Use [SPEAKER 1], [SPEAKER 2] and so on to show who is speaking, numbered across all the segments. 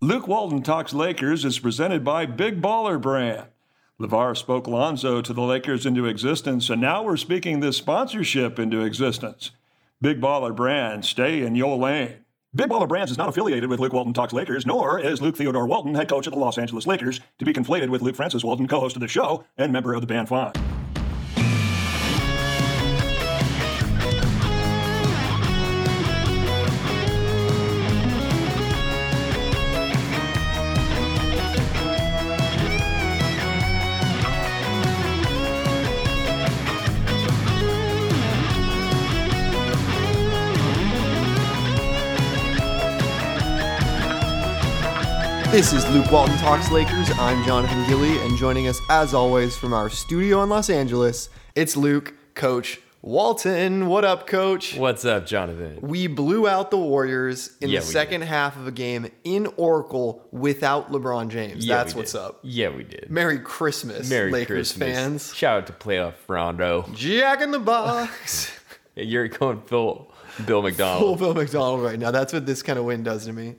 [SPEAKER 1] Luke Walton Talks Lakers is presented by Big Baller Brand. LeVar spoke Lonzo to the Lakers into existence, and now we're speaking this sponsorship into existence. Big Baller Brand, stay in your lane. Big Baller Brands is not affiliated with Luke Walton Talks Lakers, nor is Luke Theodore Walton, head coach of the Los Angeles Lakers, to be conflated with Luke Francis Walton, co host of the show and member of the band Fine.
[SPEAKER 2] This is Luke Walton Talks Lakers. I'm Jonathan Gilly, and joining us as always from our studio in Los Angeles, it's Luke, Coach Walton. What up, Coach?
[SPEAKER 3] What's up, Jonathan?
[SPEAKER 2] We blew out the Warriors in
[SPEAKER 3] Yeah,
[SPEAKER 2] the
[SPEAKER 3] we
[SPEAKER 2] second half of a game in Oracle without LeBron James.
[SPEAKER 3] Yeah,
[SPEAKER 2] That's
[SPEAKER 3] we
[SPEAKER 2] what's
[SPEAKER 3] did.
[SPEAKER 2] up.
[SPEAKER 3] Yeah, we did.
[SPEAKER 2] Merry Christmas,
[SPEAKER 3] Merry
[SPEAKER 2] Lakers
[SPEAKER 3] Christmas.
[SPEAKER 2] fans.
[SPEAKER 3] Shout out to playoff Rondo.
[SPEAKER 2] Jack in the box.
[SPEAKER 3] You're going Phil Bill
[SPEAKER 2] Full
[SPEAKER 3] McDonald.
[SPEAKER 2] Bill McDonald right now. That's what this kind of win does to me.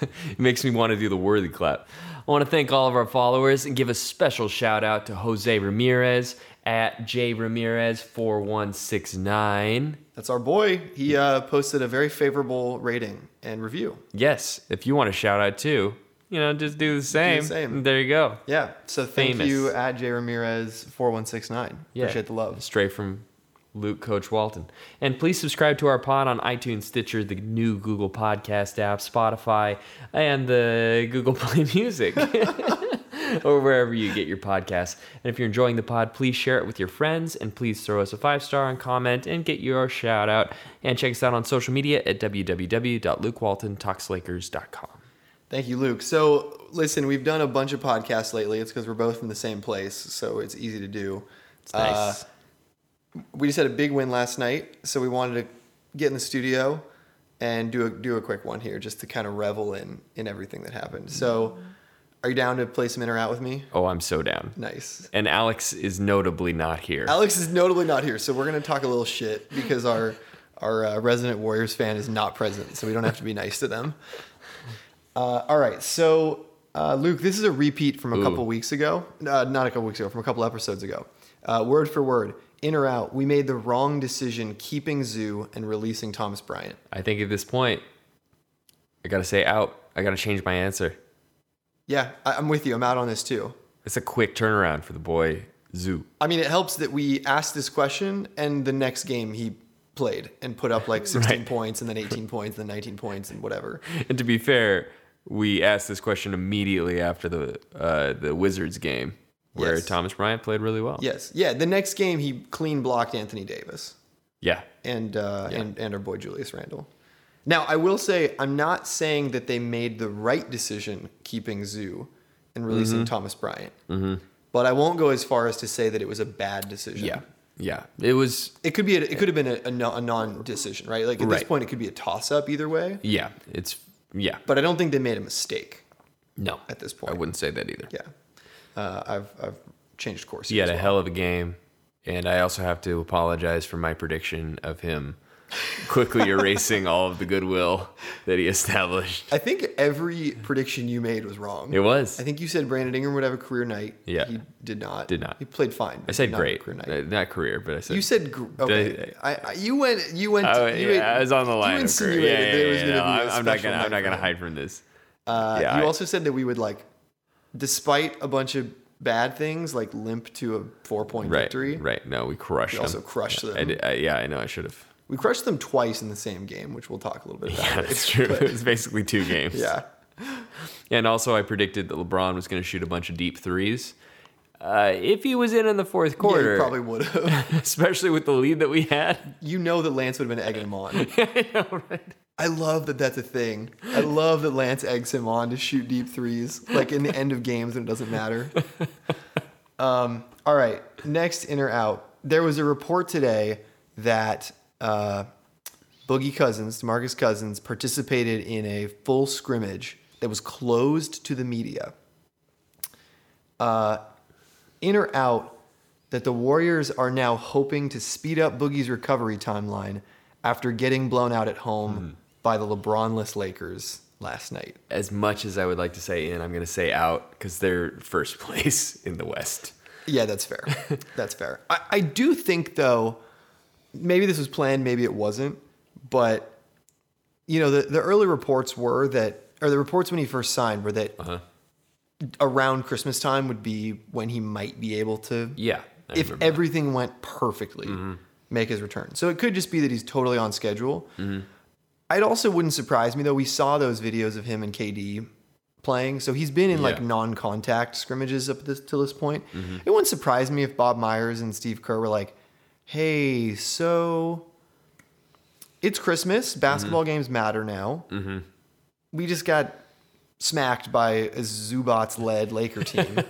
[SPEAKER 3] It makes me want to do the worthy clap. I want to thank all of our followers and give a special shout out to Jose Ramirez at J Ramirez 4169.
[SPEAKER 2] That's our boy. He uh, posted a very favorable rating and review.
[SPEAKER 3] Yes, if you want a shout out too, you know, just do the same.
[SPEAKER 2] same.
[SPEAKER 3] There you go.
[SPEAKER 2] Yeah. So thank
[SPEAKER 3] Famous.
[SPEAKER 2] you at J Ramirez four one six nine. Appreciate the love.
[SPEAKER 3] Straight from Luke Coach Walton. And please subscribe to our pod on iTunes, Stitcher, the new Google Podcast app, Spotify, and the Google Play Music. or wherever you get your podcasts. And if you're enjoying the pod, please share it with your friends and please throw us a five star and comment and get your shout out. And check us out on social media at www.lukewaltontoxlakers.com.
[SPEAKER 2] Thank you, Luke. So listen, we've done a bunch of podcasts lately. It's because we're both in the same place, so it's easy to do.
[SPEAKER 3] It's
[SPEAKER 2] Uh,
[SPEAKER 3] nice.
[SPEAKER 2] We just had a big win last night, so we wanted to get in the studio and do a do a quick one here, just to kind of revel in in everything that happened.
[SPEAKER 3] Mm-hmm.
[SPEAKER 2] So, are you down to play some in or out with me?
[SPEAKER 3] oh, I'm so down.
[SPEAKER 2] Nice.
[SPEAKER 3] And Alex is notably not here.
[SPEAKER 2] Alex is notably not here, so we're gonna talk a little shit because our our uh, resident Warriors fan is not present, so we don't have to be nice to them. Uh, all right, so uh, Luke, this is a repeat from a couple weeks ago. Uh, not a couple weeks ago, from a couple episodes ago. Uh, word for word, in or out, we made the wrong decision keeping Zoo and releasing Thomas Bryant.
[SPEAKER 3] I think at this point, I gotta say out. I gotta change my answer.
[SPEAKER 2] Yeah, I, I'm with you. I'm out on this too.
[SPEAKER 3] It's a quick turnaround for the boy Zoo.
[SPEAKER 2] I mean, it helps that we asked this question and the next game he played and put up like 16
[SPEAKER 3] Right.
[SPEAKER 2] points and then 18 points and then 19 points and whatever.
[SPEAKER 3] And to be fair, we asked this question immediately after the uh, the Wizards game, where
[SPEAKER 2] Yes.
[SPEAKER 3] Thomas Bryant played really well.
[SPEAKER 2] Yes. Yeah. The next game, he clean blocked Anthony Davis
[SPEAKER 3] yeah,
[SPEAKER 2] and uh, and and our boy Julius Randle. Now, I will say, I'm not saying that they made the right decision keeping Zoo and releasing
[SPEAKER 3] Mm-hmm.
[SPEAKER 2] Thomas Bryant, but I won't go as far as to say that it was a bad decision.
[SPEAKER 3] yeah, yeah. It was
[SPEAKER 2] It could be. A, it could have been a, a, no- a non-decision, right? Like at this
[SPEAKER 3] Right.
[SPEAKER 2] point, it could be a toss-up either way.
[SPEAKER 3] yeah. It's yeah.
[SPEAKER 2] But I don't think they made a mistake
[SPEAKER 3] No,
[SPEAKER 2] at this
[SPEAKER 3] I
[SPEAKER 2] point.
[SPEAKER 3] wouldn't say that either.
[SPEAKER 2] Yeah, uh, I've I've changed course.
[SPEAKER 3] He
[SPEAKER 2] here
[SPEAKER 3] had
[SPEAKER 2] as
[SPEAKER 3] a
[SPEAKER 2] well.
[SPEAKER 3] hell of a game, and I also have to apologize for my prediction of him quickly erasing all of the goodwill that he established.
[SPEAKER 2] I think every prediction you made was wrong.
[SPEAKER 3] It was.
[SPEAKER 2] I think you said Brandon Ingram would have a career night.
[SPEAKER 3] Yeah.
[SPEAKER 2] he did not.
[SPEAKER 3] Did not.
[SPEAKER 2] He played fine. but did
[SPEAKER 3] I said
[SPEAKER 2] not have a
[SPEAKER 3] great,
[SPEAKER 2] career night.
[SPEAKER 3] Uh, not career, but I said
[SPEAKER 2] you said gr- okay. I, I, you went. You went.
[SPEAKER 3] Oh,
[SPEAKER 2] you
[SPEAKER 3] yeah, I was on the
[SPEAKER 2] you
[SPEAKER 3] line. of career.
[SPEAKER 2] insinuated
[SPEAKER 3] Yeah,
[SPEAKER 2] there
[SPEAKER 3] yeah,
[SPEAKER 2] was
[SPEAKER 3] yeah,
[SPEAKER 2] going to
[SPEAKER 3] no,
[SPEAKER 2] be a
[SPEAKER 3] I'm, I'm not
[SPEAKER 2] special
[SPEAKER 3] gonna. I'm
[SPEAKER 2] night
[SPEAKER 3] not gonna
[SPEAKER 2] for
[SPEAKER 3] hide from this.
[SPEAKER 2] Uh,
[SPEAKER 3] yeah,
[SPEAKER 2] you
[SPEAKER 3] I-
[SPEAKER 2] also said that we would like, despite a bunch of bad things, like limp to a four point
[SPEAKER 3] Right.
[SPEAKER 2] victory.
[SPEAKER 3] Right. No, we crushed.
[SPEAKER 2] We
[SPEAKER 3] them.
[SPEAKER 2] also crushed
[SPEAKER 3] I
[SPEAKER 2] them.
[SPEAKER 3] did- I- yeah, I know. I should have.
[SPEAKER 2] We crushed them twice in the same game, which we'll talk a little bit about.
[SPEAKER 3] Yeah,
[SPEAKER 2] later,
[SPEAKER 3] that's true.
[SPEAKER 2] but-
[SPEAKER 3] It was basically two games.
[SPEAKER 2] yeah.
[SPEAKER 3] And also, I predicted that LeBron was going to shoot a bunch of deep threes. Uh, if he was in in the fourth
[SPEAKER 2] Yeah, you
[SPEAKER 3] quarter,
[SPEAKER 2] probably would have.
[SPEAKER 3] especially with the lead that we had.
[SPEAKER 2] You know that Lance would have been egging him on.
[SPEAKER 3] I know, right?
[SPEAKER 2] I love that that's a thing. I love that Lance eggs him on to shoot deep threes, like in the end of games when it doesn't matter. Um, all right, next in or out. There was a report today that uh, Boogie Cousins, Demarcus Cousins, participated in a full scrimmage that was closed to the media. Uh, in or out that the Warriors are now hoping to speed up Boogie's recovery timeline after getting blown out at home by the LeBronless Lakers last night.
[SPEAKER 3] As much as I would like to say in, I'm going to say out because they're first place in the West.
[SPEAKER 2] Yeah, that's fair. that's fair. I, I do think though, maybe this was planned, maybe it wasn't, but you know, the, the early reports were that or the reports when he first signed were that around Christmas time would be when he might be able to
[SPEAKER 3] Yeah. I
[SPEAKER 2] if
[SPEAKER 3] remember. Mm-hmm.
[SPEAKER 2] everything went perfectly, make his return. So it could just be that he's totally on schedule.
[SPEAKER 3] Mm-hmm.
[SPEAKER 2] It also wouldn't surprise me though. We saw those videos of him and KD playing, so he's been in like
[SPEAKER 3] Yeah. Mm-hmm.
[SPEAKER 2] non-contact scrimmages up this till this point. It wouldn't surprise me if Bob Myers and Steve Kerr were like, "Hey, so it's Christmas.
[SPEAKER 3] Mm-hmm.
[SPEAKER 2] Basketball games matter now. We just got smacked by a Zubats led Laker team.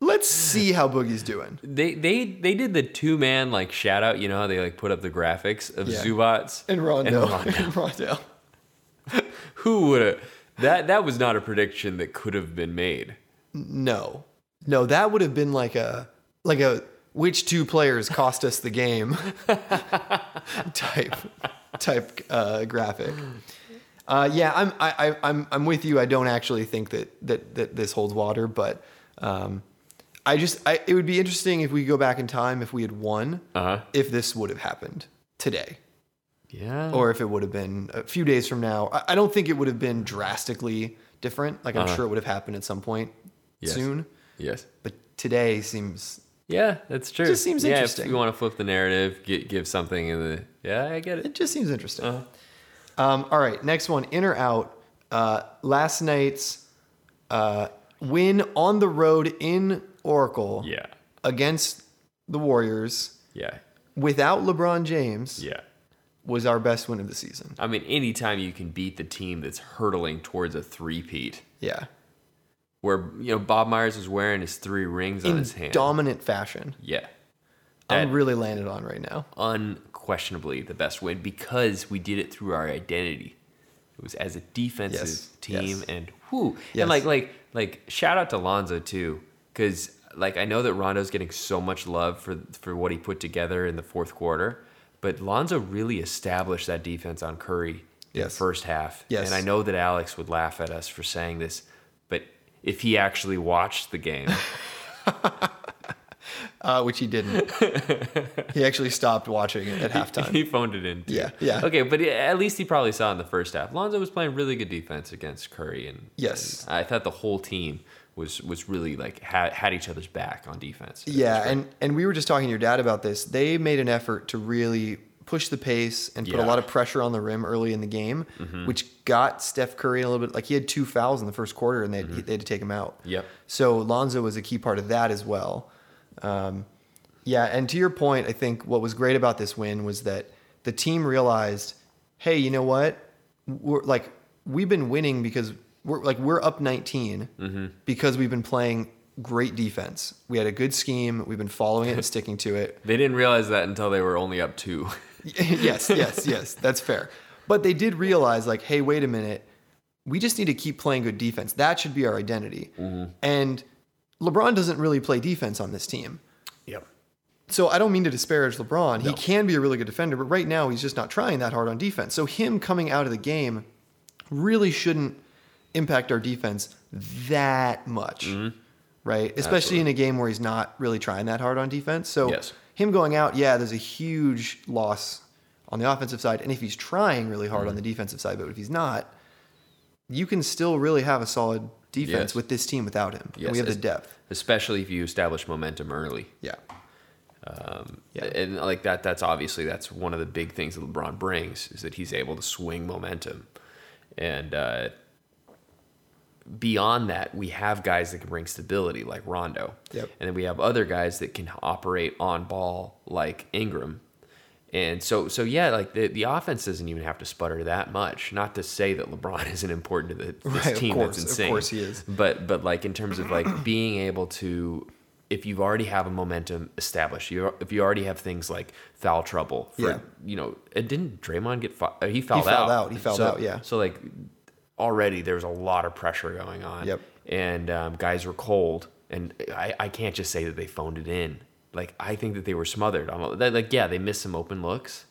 [SPEAKER 2] Let's see how Boogie's doing.
[SPEAKER 3] they they they did the two man like shout out. You know how they like put up the graphics of
[SPEAKER 2] Yeah.
[SPEAKER 3] Zubats
[SPEAKER 2] And Rondo.
[SPEAKER 3] Rondo.
[SPEAKER 2] And Rondo.
[SPEAKER 3] Who would have? That that was not a prediction that could have been made.
[SPEAKER 2] No. No, that would have been like a like a which two players cost us the game type type uh, graphic. Uh, yeah, I'm I, I, I'm I'm with you. I don't actually think that that that this holds water, but um, I just I, it would be interesting if we go back in time if we had won
[SPEAKER 3] Uh huh.
[SPEAKER 2] if this would have happened today.
[SPEAKER 3] Yeah.
[SPEAKER 2] or if it would have been a few days from now. I, I don't think it would have been drastically different. Like I'm sure it would have happened at some point
[SPEAKER 3] Uh-huh. Yes.
[SPEAKER 2] soon,
[SPEAKER 3] yes.
[SPEAKER 2] but today seems
[SPEAKER 3] Yeah, that's true.
[SPEAKER 2] Just seems
[SPEAKER 3] yeah, If
[SPEAKER 2] interesting.
[SPEAKER 3] you want to flip the narrative, get, give something in the yeah, I get
[SPEAKER 2] it
[SPEAKER 3] it.
[SPEAKER 2] just seems interesting.
[SPEAKER 3] Uh-huh.
[SPEAKER 2] Um, all right, next one, in or out? Uh, last night's uh, win on the road in Oracle
[SPEAKER 3] Yeah,
[SPEAKER 2] against the Warriors
[SPEAKER 3] yeah,
[SPEAKER 2] without LeBron James
[SPEAKER 3] yeah.
[SPEAKER 2] was our best win of the season.
[SPEAKER 3] I mean, anytime you can beat the team that's hurtling towards a three-peat,
[SPEAKER 2] Yeah,
[SPEAKER 3] where you know Bob Myers was wearing his three rings on
[SPEAKER 2] in
[SPEAKER 3] his hand.
[SPEAKER 2] dominant fashion.
[SPEAKER 3] yeah,
[SPEAKER 2] I'm
[SPEAKER 3] That-
[SPEAKER 2] really landed on right now.
[SPEAKER 3] unquestionably the best win because we did it through our identity. It was as a defensive
[SPEAKER 2] Yes,
[SPEAKER 3] team,
[SPEAKER 2] yes.
[SPEAKER 3] and whoo,
[SPEAKER 2] Yes.
[SPEAKER 3] and like like like shout out to Lonzo too, because like I know that Rondo's getting so much love for for what he put together in the fourth quarter, but Lonzo really established that defense on Curry in the
[SPEAKER 2] Yes.
[SPEAKER 3] first half.
[SPEAKER 2] Yes.
[SPEAKER 3] and I know that Alex would laugh at us for saying this, but if he actually watched the game,
[SPEAKER 2] Uh, which he didn't. he actually stopped watching it at halftime.
[SPEAKER 3] he phoned it in. too.
[SPEAKER 2] Yeah, yeah.
[SPEAKER 3] Okay, but at least he probably saw in the first half. Lonzo was playing really good defense against Curry, and
[SPEAKER 2] Yes.
[SPEAKER 3] and I thought the whole team was was really like had, had each other's back on defense. It was
[SPEAKER 2] Yeah,
[SPEAKER 3] great.
[SPEAKER 2] and and we were just talking to your dad about this. They made an effort to really push the pace and put a
[SPEAKER 3] Yeah.
[SPEAKER 2] lot of pressure on the rim early in the game, which got Steph Curry a little bit. Like he had two fouls in the first quarter, and they had they had to take him out.
[SPEAKER 3] Yep.
[SPEAKER 2] So Lonzo was a key part of that as well. Um, yeah, and to your point, I think what was great about this win was that the team realized, hey, you know what? We're like we've been winning because we're like we're up 19 because we've been playing great defense. We had a good scheme. We've been following it and sticking to it.
[SPEAKER 3] they didn't realize that until they were only up two.
[SPEAKER 2] yes, yes, yes. That's fair. But they did realize, like, hey, wait a minute. We just need to keep playing good defense. That should be our identity.
[SPEAKER 3] Mm-hmm.
[SPEAKER 2] And LeBron doesn't really play defense on this team.
[SPEAKER 3] yep.
[SPEAKER 2] So I don't mean to disparage LeBron. He can be a really good defender, but right now he's just not trying that hard on defense. So him coming out of the game really shouldn't impact our defense that much.
[SPEAKER 3] Mm-hmm.
[SPEAKER 2] Right? Especially in a game where he's not really trying that hard on defense. So
[SPEAKER 3] Yes.
[SPEAKER 2] him going out, yeah, there's a huge loss on the offensive side. And if he's trying really
[SPEAKER 3] Mm-hmm.
[SPEAKER 2] hard on the defensive side, but if he's not, you can still really have a solid defense
[SPEAKER 3] Yes.
[SPEAKER 2] with this team without him. And
[SPEAKER 3] Yes,
[SPEAKER 2] we have the
[SPEAKER 3] es-
[SPEAKER 2] depth.
[SPEAKER 3] Especially if you establish momentum early.
[SPEAKER 2] Yeah. Yeah.
[SPEAKER 3] And like that, that's obviously that's one of the big things that LeBron brings is that he's able to swing momentum. And uh, beyond that, we have guys that can bring stability like Rondo.
[SPEAKER 2] Yep.
[SPEAKER 3] And then we have other guys that can operate on ball like Ingram. And so, so yeah, like the, the offense doesn't even have to sputter that much. Not to say that LeBron isn't important to the, this
[SPEAKER 2] Right, of
[SPEAKER 3] team.
[SPEAKER 2] course,
[SPEAKER 3] that's
[SPEAKER 2] of
[SPEAKER 3] insane.
[SPEAKER 2] course he is.
[SPEAKER 3] But but like in terms of like being able to, if you already have a momentum established, you if you already have things like foul trouble. For,
[SPEAKER 2] Yeah.
[SPEAKER 3] You know, it didn't Draymond get fouled? He fouled,
[SPEAKER 2] fouled
[SPEAKER 3] out.
[SPEAKER 2] out, he fouled
[SPEAKER 3] So-
[SPEAKER 2] out, yeah.
[SPEAKER 3] So like already there was a lot of pressure going on.
[SPEAKER 2] Yep.
[SPEAKER 3] And um, guys were cold, and I I can't just say that they phoned it in. Like I think that they were smothered. I'm, they- like yeah, they missed some open looks,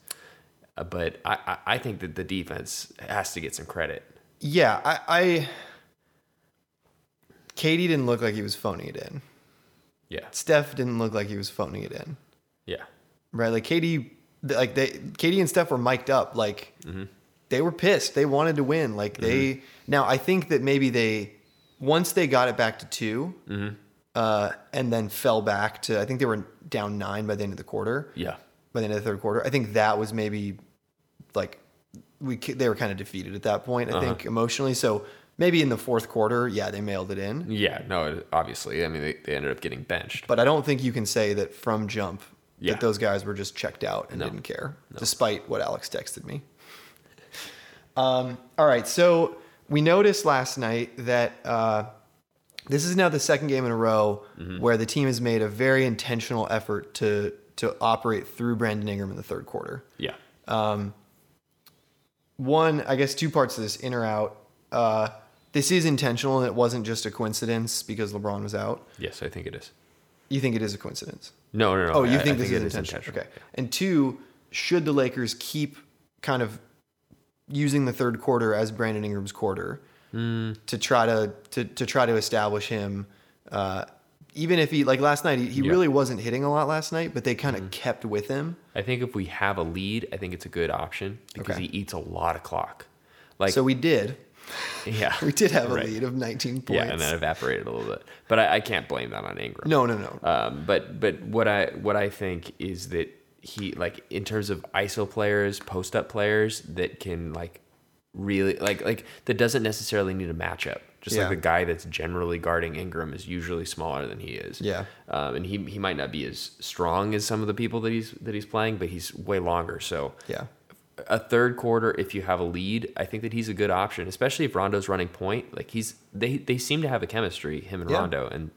[SPEAKER 3] uh, but I, I I think that the defense has to get some credit.
[SPEAKER 2] yeah, I, I. Katie didn't look like he was phoning it in.
[SPEAKER 3] Yeah.
[SPEAKER 2] Steph didn't look like he was phoning it in.
[SPEAKER 3] Yeah.
[SPEAKER 2] right? Like Katie, th- like they, Katie and Steph were mic'd up. Like
[SPEAKER 3] Mm-hmm.
[SPEAKER 2] they were pissed. They wanted to win. Like they. Now I think that maybe they, once they got it back to 2
[SPEAKER 3] Mm-hmm.
[SPEAKER 2] uh, and then fell back to. I think they were down nine by the end of the quarter.
[SPEAKER 3] Yeah.
[SPEAKER 2] By the end of the third quarter, I think that was maybe, like, we ki- they were kind of defeated at that point. I
[SPEAKER 3] Uh-huh.
[SPEAKER 2] think emotionally. So maybe in the fourth quarter, yeah, they mailed it in.
[SPEAKER 3] Yeah. No, it- obviously. I mean, they, they ended up getting benched.
[SPEAKER 2] But I don't think you can say that from jump
[SPEAKER 3] Yeah.
[SPEAKER 2] that those guys were just checked out and didn't care, despite what Alex texted me. Um, all right, so we noticed last night that uh, this is now the second game in a row
[SPEAKER 3] Mm-hmm.
[SPEAKER 2] where the team has made a very intentional effort to to operate through Brandon Ingram in the third quarter
[SPEAKER 3] yeah.
[SPEAKER 2] one, I guess two parts of this in or out. Uh, this is intentional and it wasn't just a coincidence because LeBron was out.
[SPEAKER 3] Yes, I think it is.
[SPEAKER 2] You think it is a coincidence?
[SPEAKER 3] No, no, no.
[SPEAKER 2] Oh, you
[SPEAKER 3] I- I
[SPEAKER 2] think this
[SPEAKER 3] it
[SPEAKER 2] is intentional? Okay. And two, should the Lakers keep kind of using the third quarter as Brandon Ingram's quarter
[SPEAKER 3] Hmm.
[SPEAKER 2] to try to, to to try to establish him? Uh, even if he like last night, he, he
[SPEAKER 3] Yeah. Hmm.
[SPEAKER 2] really wasn't hitting a lot last night, but they kind of kept with him.
[SPEAKER 3] I think if we have a lead, I think it's a good option because
[SPEAKER 2] Okay.
[SPEAKER 3] he eats a lot of clock. Like,
[SPEAKER 2] So we did.
[SPEAKER 3] yeah,
[SPEAKER 2] We did have a
[SPEAKER 3] Right.
[SPEAKER 2] lead of 19 points.
[SPEAKER 3] yeah, and that evaporated a little bit. But I, I can't blame that on Ingram.
[SPEAKER 2] no, no, no.
[SPEAKER 3] Um, but but what I what I think is that he like in terms of ISO players, post up players that can like really like like that doesn't necessarily need a matchup. Just
[SPEAKER 2] Yeah.
[SPEAKER 3] like the guy that's generally guarding Ingram is usually smaller than he is.
[SPEAKER 2] Yeah.
[SPEAKER 3] um, and he he might not be as strong as some of the people that he's that he's playing, but he's way longer. So
[SPEAKER 2] yeah.
[SPEAKER 3] a third quarter if you have a lead i think that he's a good option especially if rondo's running point like he's they they seem to have a chemistry him and
[SPEAKER 2] Yeah.
[SPEAKER 3] rondo and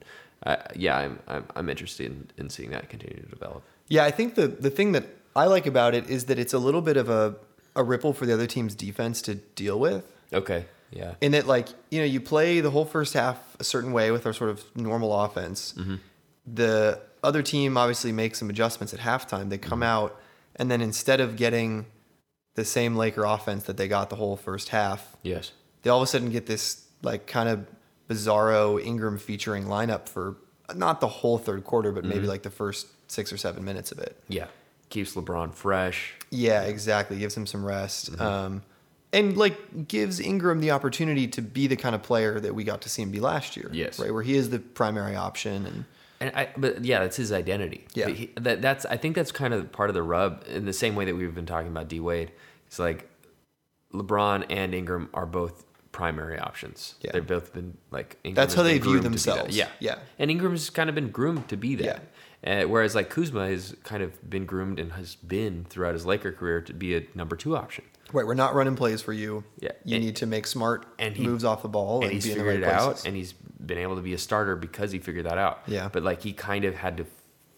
[SPEAKER 3] uh, yeah I'm, I'm i'm interested in, in seeing that continue to develop
[SPEAKER 2] Yeah, I think the the thing that I like about it is that it's a little bit of a a ripple for the other team's defense to deal with.
[SPEAKER 3] okay yeah
[SPEAKER 2] In that, like you know, you play the whole first half a certain way with our sort of normal offense. The other team obviously makes some adjustments at halftime. They come out and then instead of getting the same Laker offense that they got the whole first half,
[SPEAKER 3] yes
[SPEAKER 2] they all of a sudden get this like kind of bizarro Ingram featuring lineup for not the whole third quarter, but maybe like the first six or seven minutes of it.
[SPEAKER 3] yeah keeps lebron fresh
[SPEAKER 2] Yeah, exactly. Gives him some rest.
[SPEAKER 3] Mm-hmm.
[SPEAKER 2] Um, and like gives Ingram the opportunity to be the kind of player that we got to see him be last year.
[SPEAKER 3] Yes.
[SPEAKER 2] Right, where he is the primary option and
[SPEAKER 3] And I, but yeah, that's his identity.
[SPEAKER 2] Yeah.
[SPEAKER 3] But he, that that's I think that's kind of part of the rub in the same way that we've been talking about D Wade. It's like LeBron and Ingram are both primary options.
[SPEAKER 2] Yeah.
[SPEAKER 3] They've both been like Ingram
[SPEAKER 2] That's
[SPEAKER 3] has
[SPEAKER 2] how
[SPEAKER 3] been
[SPEAKER 2] they view
[SPEAKER 3] groomed to be that.
[SPEAKER 2] themselves.
[SPEAKER 3] Yeah,
[SPEAKER 2] Yeah.
[SPEAKER 3] And Ingram's kind of been groomed to be that. Uh, whereas like Kuzma has kind of been groomed and has been throughout his Laker career to be a number two option.
[SPEAKER 2] right, we're not running plays for you.
[SPEAKER 3] Yeah,
[SPEAKER 2] You
[SPEAKER 3] and-
[SPEAKER 2] need to make smart
[SPEAKER 3] and he-
[SPEAKER 2] moves off the ball and,
[SPEAKER 3] and he's
[SPEAKER 2] be in the
[SPEAKER 3] figured
[SPEAKER 2] right
[SPEAKER 3] it out
[SPEAKER 2] places.
[SPEAKER 3] and he's been able to be a starter because he figured that out
[SPEAKER 2] Yeah.
[SPEAKER 3] but like he kind of had to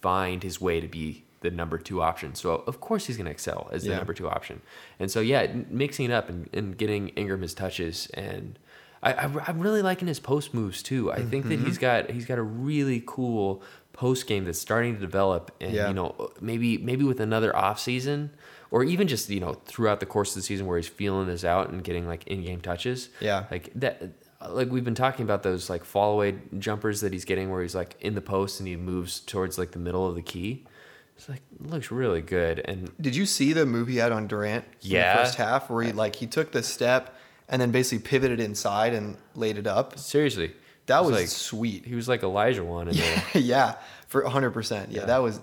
[SPEAKER 3] find his way to be the number two option so of course he's going to excel as the
[SPEAKER 2] Yeah.
[SPEAKER 3] number two option and so yeah n- mixing it up and, and getting ingram his touches and I, I, am really liking his post moves too i think
[SPEAKER 2] Mm-hmm.
[SPEAKER 3] that he's got he's got a really cool post game that's starting to develop and
[SPEAKER 2] Yeah.
[SPEAKER 3] you know uh, maybe maybe with another off season or even just you know throughout the course of the season where he's feeling this out and getting like in-game touches
[SPEAKER 2] Yeah.
[SPEAKER 3] like that like we've been talking about those like fall away jumpers that he's getting where he's like in the post and he moves towards like the middle of the key it's like looks really good and
[SPEAKER 2] Did you see the move he had on Durant in
[SPEAKER 3] Yeah.
[SPEAKER 2] the first half where he like he took the step and then basically pivoted inside and laid it up?
[SPEAKER 3] seriously
[SPEAKER 2] That
[SPEAKER 3] it
[SPEAKER 2] was
[SPEAKER 3] like
[SPEAKER 2] sweet.
[SPEAKER 3] he was like elijah one in there
[SPEAKER 2] yeah, for 100%. Yeah, that was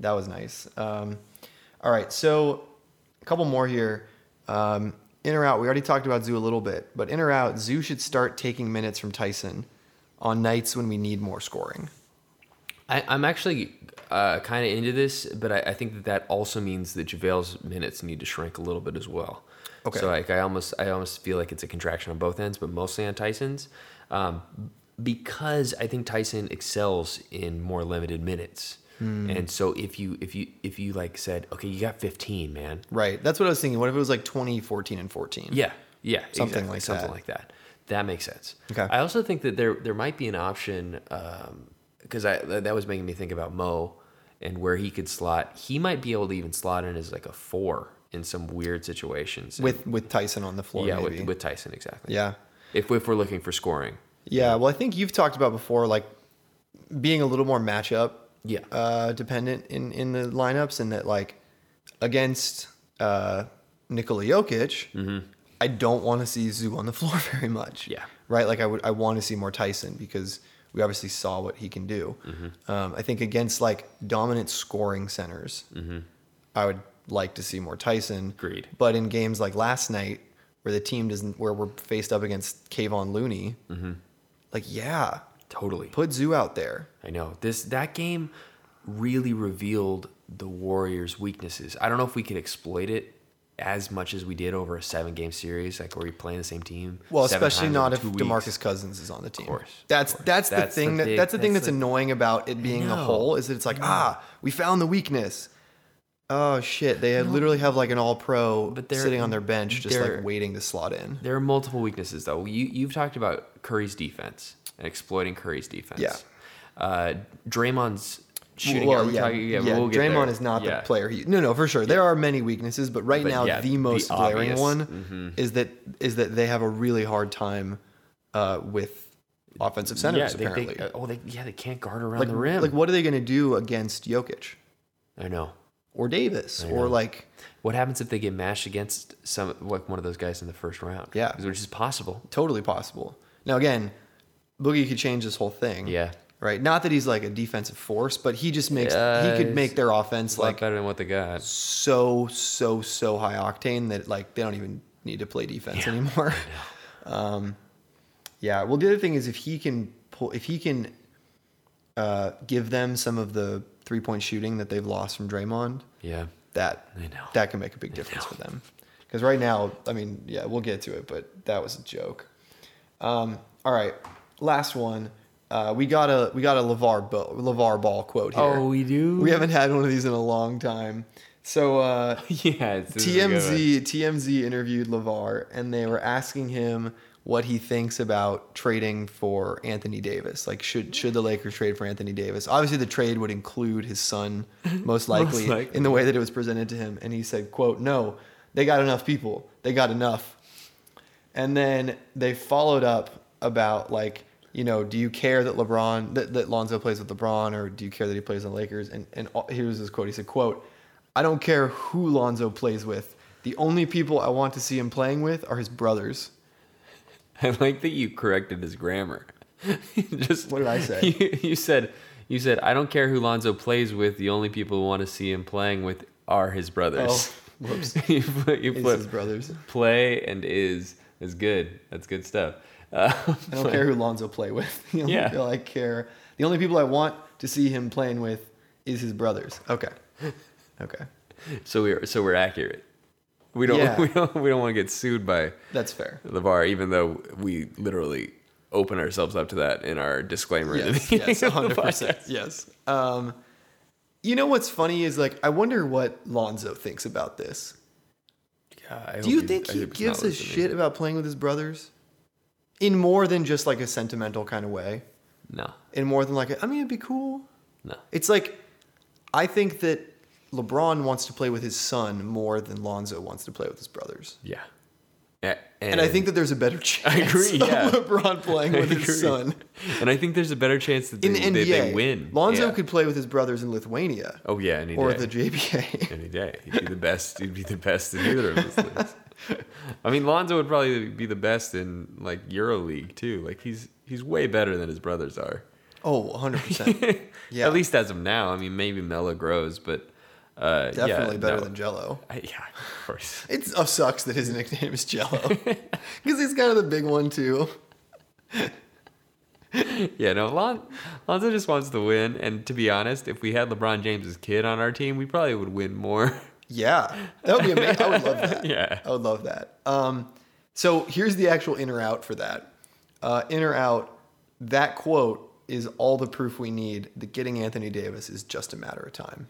[SPEAKER 2] that was nice. Um, all right, so a couple more here. Um, in or out, we already talked about Zoo a little bit, but in or out, Zoo should start taking minutes from Tyson on nights when we need more scoring.
[SPEAKER 3] I, i'm actually uh, kind of into this but I, I think that that also means that javale's minutes need to shrink a little bit as well
[SPEAKER 2] Okay.
[SPEAKER 3] so like i almost i almost feel like it's a contraction on both ends but mostly on tyson's um, because i think tyson excels in more limited minutes and so if you if you if you like said okay you got 15 man
[SPEAKER 2] Right. That's what I was thinking. What if it was like 20, 14 and 14?
[SPEAKER 3] yeah, yeah,
[SPEAKER 2] Something
[SPEAKER 3] exactly,
[SPEAKER 2] like
[SPEAKER 3] something
[SPEAKER 2] that.
[SPEAKER 3] like that. That makes sense.
[SPEAKER 2] Okay.
[SPEAKER 3] I also think that there there might be an option because I th- that was making me think about Mo and where he could slot. He might be able to even slot in as like a four in some weird situations. And-
[SPEAKER 2] with with Tyson on the floor.
[SPEAKER 3] yeah,
[SPEAKER 2] maybe.
[SPEAKER 3] with, with Tyson exactly.
[SPEAKER 2] yeah,
[SPEAKER 3] If if we're looking for scoring,
[SPEAKER 2] yeah. Well, I think you've talked about before, like being a little more matchup
[SPEAKER 3] yeah,
[SPEAKER 2] uh, dependent in in the lineups, and that like against uh, Nikola Jokic, I don't want to see Zoo on the floor very much.
[SPEAKER 3] Mm-hmm. Yeah.
[SPEAKER 2] right. Like I would, I want to see more Tyson because we obviously saw what he can do.
[SPEAKER 3] Mm-hmm.
[SPEAKER 2] Um, I think against like dominant scoring centers,
[SPEAKER 3] Mm-hmm.
[SPEAKER 2] I would like to see more Tyson.
[SPEAKER 3] Agreed.
[SPEAKER 2] But in games like last night, where the team doesn't, where we're faced up against Kayvon Looney,
[SPEAKER 3] Mm-hmm.
[SPEAKER 2] like yeah,
[SPEAKER 3] totally.
[SPEAKER 2] put Zoo out there.
[SPEAKER 3] I know this that game really revealed the Warriors' weaknesses. I don't know if we could exploit it as much as we did over a seven-game series, like where we playing the same team.
[SPEAKER 2] Well,
[SPEAKER 3] seven
[SPEAKER 2] especially
[SPEAKER 3] times
[SPEAKER 2] not
[SPEAKER 3] over
[SPEAKER 2] if
[SPEAKER 3] two weeks.
[SPEAKER 2] DeMarcus Cousins is on the team.
[SPEAKER 3] course, of
[SPEAKER 2] that's
[SPEAKER 3] course.
[SPEAKER 2] that's the
[SPEAKER 3] That's the
[SPEAKER 2] thing that
[SPEAKER 3] big-
[SPEAKER 2] that's the thing
[SPEAKER 3] that's
[SPEAKER 2] that's,
[SPEAKER 3] the-
[SPEAKER 2] annoying about it being a
[SPEAKER 3] know.
[SPEAKER 2] hole is that it's like ah we found the weakness. Oh shit! They have, literally have like an all pro
[SPEAKER 3] But they're-
[SPEAKER 2] sitting on their bench just
[SPEAKER 3] they're-
[SPEAKER 2] like waiting to slot in.
[SPEAKER 3] There are multiple weaknesses, though. You you've talked about Curry's defense and exploiting Curry's defense.
[SPEAKER 2] Yeah.
[SPEAKER 3] Uh, Draymond's shooting.
[SPEAKER 2] well,
[SPEAKER 3] are we
[SPEAKER 2] yeah,
[SPEAKER 3] talking-
[SPEAKER 2] yeah,
[SPEAKER 3] we'll get
[SPEAKER 2] Draymond
[SPEAKER 3] there.
[SPEAKER 2] is not
[SPEAKER 3] Yeah.
[SPEAKER 2] the player. He, no, no, for sure. There are many weaknesses, but right
[SPEAKER 3] But
[SPEAKER 2] now
[SPEAKER 3] yeah, the
[SPEAKER 2] the most glaring
[SPEAKER 3] obvious. Mm-hmm.
[SPEAKER 2] one is that is that they have a really hard time uh, with offensive centers.
[SPEAKER 3] Yeah, they- they-
[SPEAKER 2] apparently,
[SPEAKER 3] oh, they, yeah, they can't guard around
[SPEAKER 2] like,
[SPEAKER 3] the rim.
[SPEAKER 2] like what are they going to do against Jokic?
[SPEAKER 3] I know.
[SPEAKER 2] or Davis or
[SPEAKER 3] know.
[SPEAKER 2] like
[SPEAKER 3] What happens if they get matched against some like one of those guys in the first round?
[SPEAKER 2] Yeah.
[SPEAKER 3] which is possible.
[SPEAKER 2] totally possible. Now again, Boogie could change this whole thing.
[SPEAKER 3] Yeah.
[SPEAKER 2] Right. Not that he's like a defensive force, but he just makes
[SPEAKER 3] Yeah,
[SPEAKER 2] he could
[SPEAKER 3] he's
[SPEAKER 2] make their offense
[SPEAKER 3] It's a lot
[SPEAKER 2] like
[SPEAKER 3] better than what they got.
[SPEAKER 2] so so so high octane that like they don't even need to play defense anymore. um, yeah. Well, the other thing is if he can pull if he can uh, give them some of the three point shooting that they've lost from Draymond,
[SPEAKER 3] Yeah,
[SPEAKER 2] that
[SPEAKER 3] I know.
[SPEAKER 2] that can make a big difference for them. Because right now, I mean, yeah, we'll get to it, but that was a joke. Um, all right, last one. Uh, we got a we got a Levar Bo- Levar Ball quote here.
[SPEAKER 3] Oh, we do?
[SPEAKER 2] We haven't had one of these in a long time. So uh,
[SPEAKER 3] yeah. this is a good one.
[SPEAKER 2] TMZ TMZ interviewed Levar, and they were asking him what he thinks about trading for Anthony Davis. Like, should should the Lakers trade for Anthony Davis? Obviously, the trade would include his son, most likely,
[SPEAKER 3] likely.
[SPEAKER 2] in the way that it was presented to him. And he said, "quote No, they got enough people. They got enough." And then they followed up about like, you know, do you care that LeBron that, that Lonzo plays with LeBron or do you care that he plays on the Lakers? And and all, here's his quote. He said, quote, I don't care who Lonzo plays with. The only people I want to see him playing with are his brothers.
[SPEAKER 3] I like that you corrected his grammar. Just
[SPEAKER 2] What did I say?
[SPEAKER 3] You, you said you said I don't care who Lonzo plays with. The only people who want to see him playing with are his brothers.
[SPEAKER 2] Oh, whoops.
[SPEAKER 3] you put, you
[SPEAKER 2] It's
[SPEAKER 3] put
[SPEAKER 2] his brothers.
[SPEAKER 3] play and is is good. That's good stuff. Uh,
[SPEAKER 2] I don't care who Lonzo play with. The only
[SPEAKER 3] Yeah.
[SPEAKER 2] people I care. The only people I want to see him playing with is his brothers. Okay. Okay.
[SPEAKER 3] so we're so we're accurate. We don't
[SPEAKER 2] Yeah.
[SPEAKER 3] we don't we don't want to get sued by
[SPEAKER 2] That's fair.
[SPEAKER 3] Levar, even though we literally open ourselves up to that in our disclaimer. in the
[SPEAKER 2] yes,
[SPEAKER 3] beginning
[SPEAKER 2] yes,
[SPEAKER 3] of the
[SPEAKER 2] 100%.
[SPEAKER 3] podcast.
[SPEAKER 2] Yes. Um, you know what's funny is like I wonder what Lonzo thinks about this.
[SPEAKER 3] Yeah, I hope
[SPEAKER 2] Do you
[SPEAKER 3] he's-
[SPEAKER 2] think
[SPEAKER 3] I
[SPEAKER 2] he
[SPEAKER 3] hope he's not
[SPEAKER 2] gives a
[SPEAKER 3] listening.
[SPEAKER 2] shit about playing with his brothers? In more than just like a sentimental kind of way.
[SPEAKER 3] No,
[SPEAKER 2] In more than like a, I mean it'd be cool.
[SPEAKER 3] no.
[SPEAKER 2] It's like I think that LeBron wants to play with his son more than Lonzo wants to play with his brothers.
[SPEAKER 3] Yeah. And,
[SPEAKER 2] And I think that there's a better chance
[SPEAKER 3] agree,
[SPEAKER 2] of
[SPEAKER 3] yeah.
[SPEAKER 2] LeBron playing with
[SPEAKER 3] agree.
[SPEAKER 2] his son.
[SPEAKER 3] And I think there's a better chance that they,
[SPEAKER 2] In the
[SPEAKER 3] they,
[SPEAKER 2] NBA,
[SPEAKER 3] they win.
[SPEAKER 2] Lonzo
[SPEAKER 3] Yeah.
[SPEAKER 2] could play with his brothers in Lithuania.
[SPEAKER 3] Oh yeah, any
[SPEAKER 2] or
[SPEAKER 3] day.
[SPEAKER 2] the JBA.
[SPEAKER 3] any day. He'd be the best. He'd be the best in either of those leagues. I mean, Lonzo would probably be the best in like EuroLeague too. Like he's he's way better than his brothers are.
[SPEAKER 2] oh, 100 percent. Yeah.
[SPEAKER 3] At least as of now. I mean, maybe Melo grows, but uh,
[SPEAKER 2] Definitely
[SPEAKER 3] yeah,
[SPEAKER 2] better
[SPEAKER 3] no.
[SPEAKER 2] than Jello.
[SPEAKER 3] I, yeah, of course.
[SPEAKER 2] It uh, sucks that his nickname is Jello because he's kind of the big one too.
[SPEAKER 3] Yeah, no. Lon- Lonzo just wants to win, and to be honest, if we had LeBron James's kid on our team, we probably would win more.
[SPEAKER 2] Yeah, that would be amazing. I would love that.
[SPEAKER 3] Yeah.
[SPEAKER 2] I would love that. Um, so here's the actual in or out for that. Uh, in or out. That quote is all the proof we need that getting Anthony Davis is just a matter of time.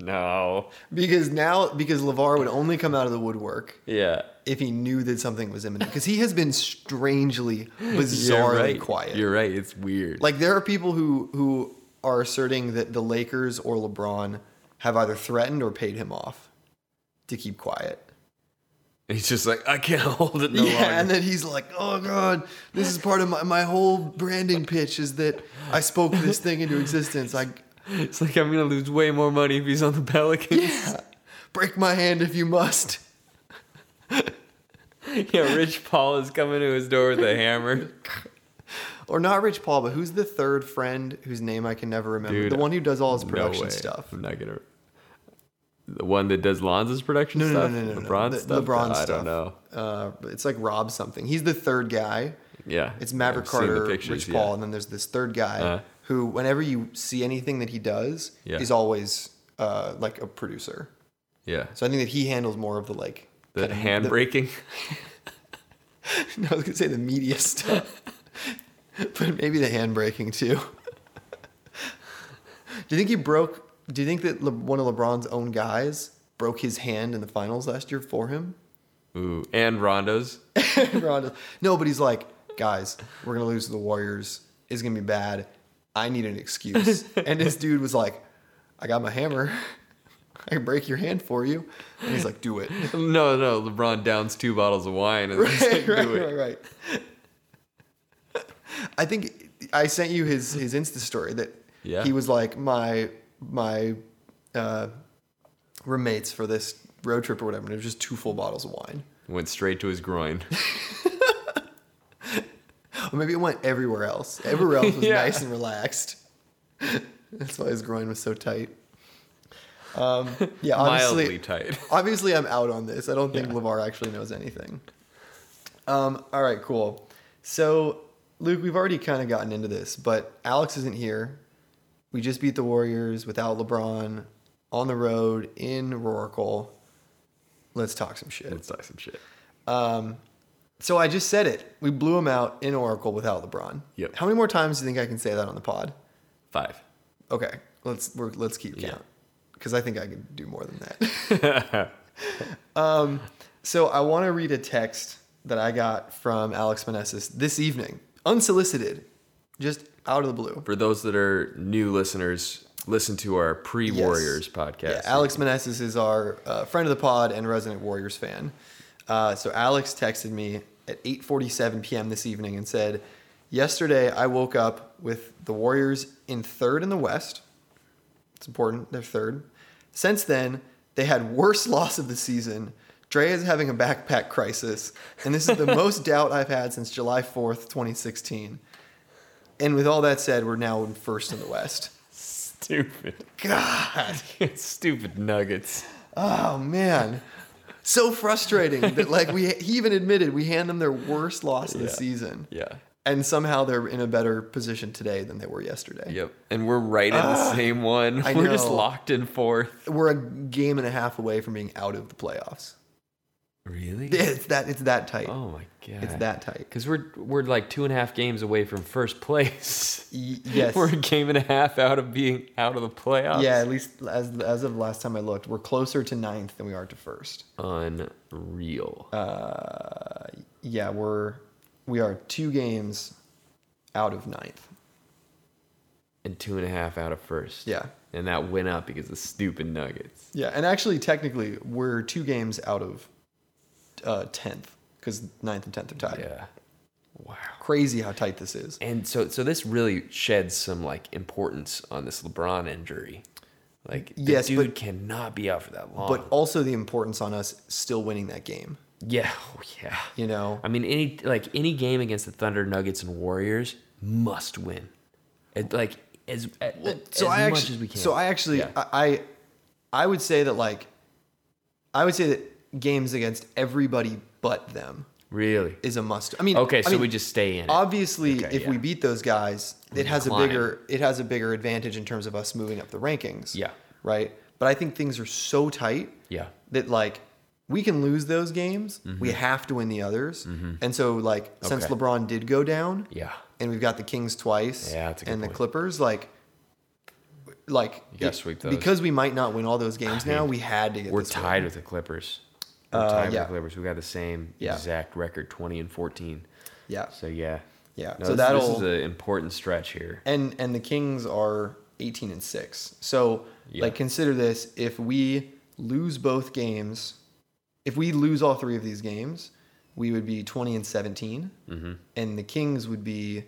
[SPEAKER 3] no.
[SPEAKER 2] Because now, because Levar would only come out of the woodwork
[SPEAKER 3] Yeah.
[SPEAKER 2] if he knew that something was imminent, because he has been strangely,
[SPEAKER 3] You're
[SPEAKER 2] bizarrely
[SPEAKER 3] right.
[SPEAKER 2] quiet.
[SPEAKER 3] You're right. It's weird.
[SPEAKER 2] Like there are people who who are asserting that the Lakers or LeBron have either threatened or paid him off. to keep quiet.
[SPEAKER 3] He's just like, I can't hold it no
[SPEAKER 2] yeah,
[SPEAKER 3] longer.
[SPEAKER 2] and then he's like, "Oh God, this is part of my my whole branding pitch is that I spoke this thing into existence. I
[SPEAKER 3] it's like I'm gonna lose way more money if he's on the Pelicans.
[SPEAKER 2] yeah, break my hand if you must."
[SPEAKER 3] Yeah, Rich Paul is coming to his door with a hammer.
[SPEAKER 2] Or not Rich Paul, but who's the third friend whose name I can never remember?
[SPEAKER 3] Dude,
[SPEAKER 2] the one who does all his
[SPEAKER 3] no
[SPEAKER 2] production
[SPEAKER 3] way.
[SPEAKER 2] stuff.
[SPEAKER 3] I'm not gonna. The one that does Lonzo's production
[SPEAKER 2] No, no,
[SPEAKER 3] stuff,
[SPEAKER 2] no, no, no, no.
[SPEAKER 3] LeBron
[SPEAKER 2] The-
[SPEAKER 3] stuff.
[SPEAKER 2] LeBron
[SPEAKER 3] I
[SPEAKER 2] stuff.
[SPEAKER 3] don't know.
[SPEAKER 2] Uh, it's like Rob something. He's the third guy.
[SPEAKER 3] Yeah,
[SPEAKER 2] It's Maverick
[SPEAKER 3] I've seen the
[SPEAKER 2] Carter,
[SPEAKER 3] pictures,
[SPEAKER 2] Rich
[SPEAKER 3] yeah.
[SPEAKER 2] Paul, and then there's this third guy
[SPEAKER 3] Uh-huh.
[SPEAKER 2] who, whenever you see anything that he does,
[SPEAKER 3] Yeah.
[SPEAKER 2] is always uh, like a producer.
[SPEAKER 3] Yeah,
[SPEAKER 2] So I think that he handles more of the like.
[SPEAKER 3] the hand breaking.
[SPEAKER 2] No, I was gonna say the media stuff, but maybe the hand breaking too. do you think he broke? Do you think that Le- one of LeBron's own guys broke his hand in the finals last year for him?
[SPEAKER 3] Ooh, and Rondo's.
[SPEAKER 2] Rondo. No, but he's like, guys, we're gonna lose to the Warriors. It's gonna be bad. I need an excuse. And this dude was like, I got my hammer. I can break your hand for you. And he's like, do it.
[SPEAKER 3] No, no, LeBron downs two bottles of wine and
[SPEAKER 2] Right,
[SPEAKER 3] he's like, do
[SPEAKER 2] right,
[SPEAKER 3] it.
[SPEAKER 2] right, right. I think I sent you his his Insta story that
[SPEAKER 3] Yeah.
[SPEAKER 2] he was like my my uh, roommates for this road trip or whatever, and it was just two full bottles of wine.
[SPEAKER 3] Went straight to his groin.
[SPEAKER 2] Or maybe it went everywhere else. Everywhere else was
[SPEAKER 3] Yeah.
[SPEAKER 2] nice and relaxed. That's why his groin was so tight. Um, yeah,
[SPEAKER 3] Mildly
[SPEAKER 2] honestly,
[SPEAKER 3] tight.
[SPEAKER 2] obviously I'm out on this. I don't think Lavar actually knows anything. Um, all right, cool. So, Luke, we've already kind of gotten into this, but Alex isn't here. We just beat the Warriors without LeBron on the road in Roracle. Let's talk some shit.
[SPEAKER 3] Let's talk some shit.
[SPEAKER 2] So I just said it. We blew him out in Oracle without LeBron.
[SPEAKER 3] Yep.
[SPEAKER 2] How many more times do you think I can say that on the pod?
[SPEAKER 3] Five.
[SPEAKER 2] Okay, let's we're, let's keep
[SPEAKER 3] Yeah.
[SPEAKER 2] count because I think I could do more than that. um, so I want to read a text that I got from Alex Manessis this evening, unsolicited, just out of the blue.
[SPEAKER 3] For those that are new listeners, listen to our pre Warriors
[SPEAKER 2] Yes.
[SPEAKER 3] podcast.
[SPEAKER 2] Yeah, Alex Manessis is our uh, friend of the pod and resident Warriors fan. Uh, so Alex texted me at 8:47 p.m. this evening and said, "Yesterday I woke up with the Warriors in third in the West. It's important; they're third. Since then, they had worst loss of the season." Dre is having a backpack crisis, and this is the most doubt I've had since July 4th, 2016. And with all that said, we're now in first in the West.
[SPEAKER 3] Stupid.
[SPEAKER 2] God.
[SPEAKER 3] Stupid nuggets.
[SPEAKER 2] Oh man, so frustrating that like we he even admitted we hand them their worst loss of the
[SPEAKER 3] Yeah.
[SPEAKER 2] season,
[SPEAKER 3] Yeah.
[SPEAKER 2] and somehow they're in a better position today than they were yesterday.
[SPEAKER 3] Yep. And we're right in the same one.
[SPEAKER 2] Ah, I
[SPEAKER 3] we're just
[SPEAKER 2] know.
[SPEAKER 3] locked in fourth.
[SPEAKER 2] We're a game and a half away from being out of the playoffs.
[SPEAKER 3] Really?
[SPEAKER 2] It's that it's that tight.
[SPEAKER 3] Oh my god.
[SPEAKER 2] It's that tight.
[SPEAKER 3] Because we're we're like two and a half games away from first place.
[SPEAKER 2] Y- yes.
[SPEAKER 3] We're a game and a half out of being out of the playoffs.
[SPEAKER 2] yeah, at least as as of last time I looked, we're closer to ninth than we are to first.
[SPEAKER 3] Unreal.
[SPEAKER 2] Uh, yeah, we're we are two games out of ninth.
[SPEAKER 3] and two and a half out of first.
[SPEAKER 2] Yeah,
[SPEAKER 3] And that went up because of stupid nuggets.
[SPEAKER 2] Yeah, and actually, technically, we're two games out of uh, tenth because ninth and tenth are tied.
[SPEAKER 3] Yeah. Wow.
[SPEAKER 2] Crazy how tight this is.
[SPEAKER 3] And so so this really sheds some like importance on this LeBron injury. Like the
[SPEAKER 2] Yes,
[SPEAKER 3] dude
[SPEAKER 2] but-
[SPEAKER 3] cannot be out for that long.
[SPEAKER 2] But also the importance on us still winning that game.
[SPEAKER 3] yeah, oh, yeah.
[SPEAKER 2] You know,
[SPEAKER 3] I mean, any like any game against the Thunder, Nuggets, and Warriors must win. It, like as so as
[SPEAKER 2] I
[SPEAKER 3] much
[SPEAKER 2] actually,
[SPEAKER 3] as we can.
[SPEAKER 2] So I actually,
[SPEAKER 3] Yeah.
[SPEAKER 2] I, I, I would say that like, I would say that games against everybody but them
[SPEAKER 3] really
[SPEAKER 2] is a must. I mean,
[SPEAKER 3] okay.
[SPEAKER 2] I
[SPEAKER 3] so
[SPEAKER 2] mean,
[SPEAKER 3] we just stay in. It.
[SPEAKER 2] obviously
[SPEAKER 3] Okay,
[SPEAKER 2] if
[SPEAKER 3] yeah.
[SPEAKER 2] we beat those guys, it has a
[SPEAKER 3] climb.
[SPEAKER 2] bigger it has a bigger advantage in terms of us moving up the rankings.
[SPEAKER 3] Yeah.
[SPEAKER 2] Right. But I think things are so tight.
[SPEAKER 3] Yeah.
[SPEAKER 2] that like we can lose those games. We have to win the others. And so like since
[SPEAKER 3] Mm-hmm. Okay.
[SPEAKER 2] LeBron did go down,
[SPEAKER 3] Yeah.
[SPEAKER 2] and we've got the Kings twice,
[SPEAKER 3] Yeah, that's a good
[SPEAKER 2] and the
[SPEAKER 3] point.
[SPEAKER 2] Clippers like. Like
[SPEAKER 3] gotta sweep those.
[SPEAKER 2] because we might not win all those games now. We had to get.
[SPEAKER 3] We're
[SPEAKER 2] this win.
[SPEAKER 3] tied with the Clippers. We're
[SPEAKER 2] Uh,
[SPEAKER 3] tied with
[SPEAKER 2] yeah.
[SPEAKER 3] the Clippers. We got the same
[SPEAKER 2] Yeah.
[SPEAKER 3] exact record, twenty and fourteen.
[SPEAKER 2] Yeah,
[SPEAKER 3] So yeah.
[SPEAKER 2] Yeah,
[SPEAKER 3] No,
[SPEAKER 2] so
[SPEAKER 3] this,
[SPEAKER 2] that'll-
[SPEAKER 3] this is an important stretch here.
[SPEAKER 2] and and the Kings are 18 and 6 so like consider this if we lose both games, if we lose all three of these games, we would be 20 and 17,
[SPEAKER 3] Mm-hmm.
[SPEAKER 2] and the Kings would be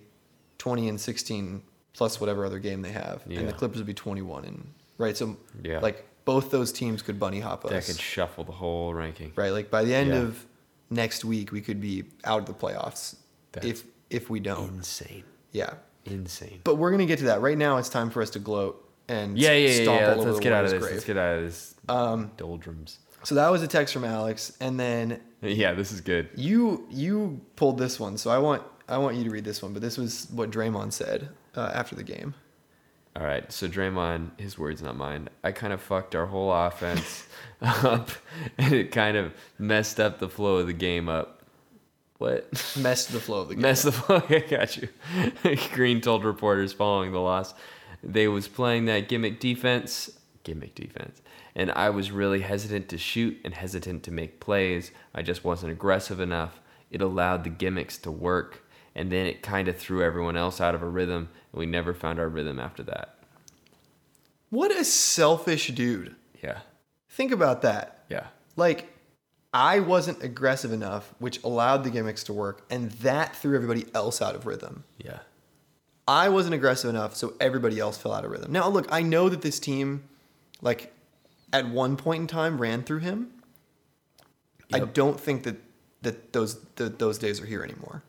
[SPEAKER 2] 20 and 16 plus whatever other game they have, and
[SPEAKER 3] Yeah.
[SPEAKER 2] the Clippers would be 21 and right. So
[SPEAKER 3] Yeah.
[SPEAKER 2] like both those teams could bunny hop us,
[SPEAKER 3] That could shuffle the whole ranking.
[SPEAKER 2] right? Like by the end
[SPEAKER 3] Yeah.
[SPEAKER 2] of next week, we could be out of the playoffs
[SPEAKER 3] That's
[SPEAKER 2] if if we don't.
[SPEAKER 3] Insane.
[SPEAKER 2] Yeah,
[SPEAKER 3] Insane.
[SPEAKER 2] but we're gonna get to that. Right now, it's time for us to gloat and
[SPEAKER 3] Yeah, yeah, yeah.
[SPEAKER 2] stomp
[SPEAKER 3] yeah.
[SPEAKER 2] all
[SPEAKER 3] Let's,
[SPEAKER 2] over
[SPEAKER 3] let's
[SPEAKER 2] the
[SPEAKER 3] get out of
[SPEAKER 2] Warriors'
[SPEAKER 3] this.
[SPEAKER 2] grave.
[SPEAKER 3] Let's get out of this. Um, doldrums.
[SPEAKER 2] So that was a text from Alex, and then
[SPEAKER 3] Yeah, this is good.
[SPEAKER 2] you you pulled this one. So I want I want you to read this one. But this was what Draymond said uh, after the game.
[SPEAKER 3] All right, so Draymond, his words, not mine. I kind of fucked our whole offense up, and it kind of messed up the flow of the game up. What?
[SPEAKER 2] Messed the flow of the game.
[SPEAKER 3] Mess the fuck. I got you. Green told reporters following the loss, they was playing that gimmick defense, gimmick defense, and I was really hesitant to shoot and hesitant to make plays. I just wasn't aggressive enough. It allowed the gimmicks to work, and then it kind of threw everyone else out of a rhythm, and we never found our rhythm after that.
[SPEAKER 2] What a selfish dude.
[SPEAKER 3] Yeah,
[SPEAKER 2] Think about that.
[SPEAKER 3] yeah,
[SPEAKER 2] Like I wasn't aggressive enough, which allowed the gimmicks to work, and that threw everybody else out of rhythm.
[SPEAKER 3] yeah,
[SPEAKER 2] I wasn't aggressive enough, so everybody else fell out of rhythm. Now, look, I know that this team, like, at one point in time, ran through him. I don't think that that those that those days are here anymore.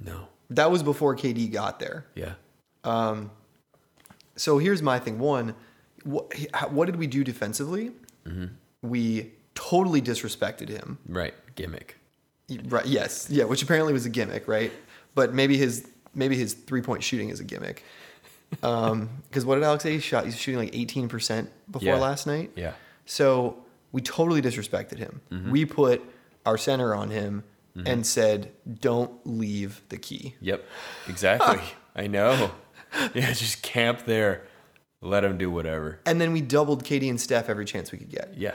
[SPEAKER 3] no,
[SPEAKER 2] That was before KD got there.
[SPEAKER 3] yeah,
[SPEAKER 2] So here's my thing: one, what, what did we do defensively? We totally disrespected him.
[SPEAKER 3] right, gimmick.
[SPEAKER 2] Right? Yes, yeah, which apparently was a gimmick, right? But maybe his maybe his three point shooting is a gimmick. Um, because what did Alex say? He shot. He's shooting like eighteen percent before
[SPEAKER 3] Yeah.
[SPEAKER 2] last night.
[SPEAKER 3] Yeah. Mm-hmm.
[SPEAKER 2] So we totally disrespected him. We put our center on him and said, "Don't leave the key."
[SPEAKER 3] Yep, exactly. I know. Yeah, just camp there, let him do whatever.
[SPEAKER 2] And then we doubled Katie and Steph every chance we could get.
[SPEAKER 3] Yeah.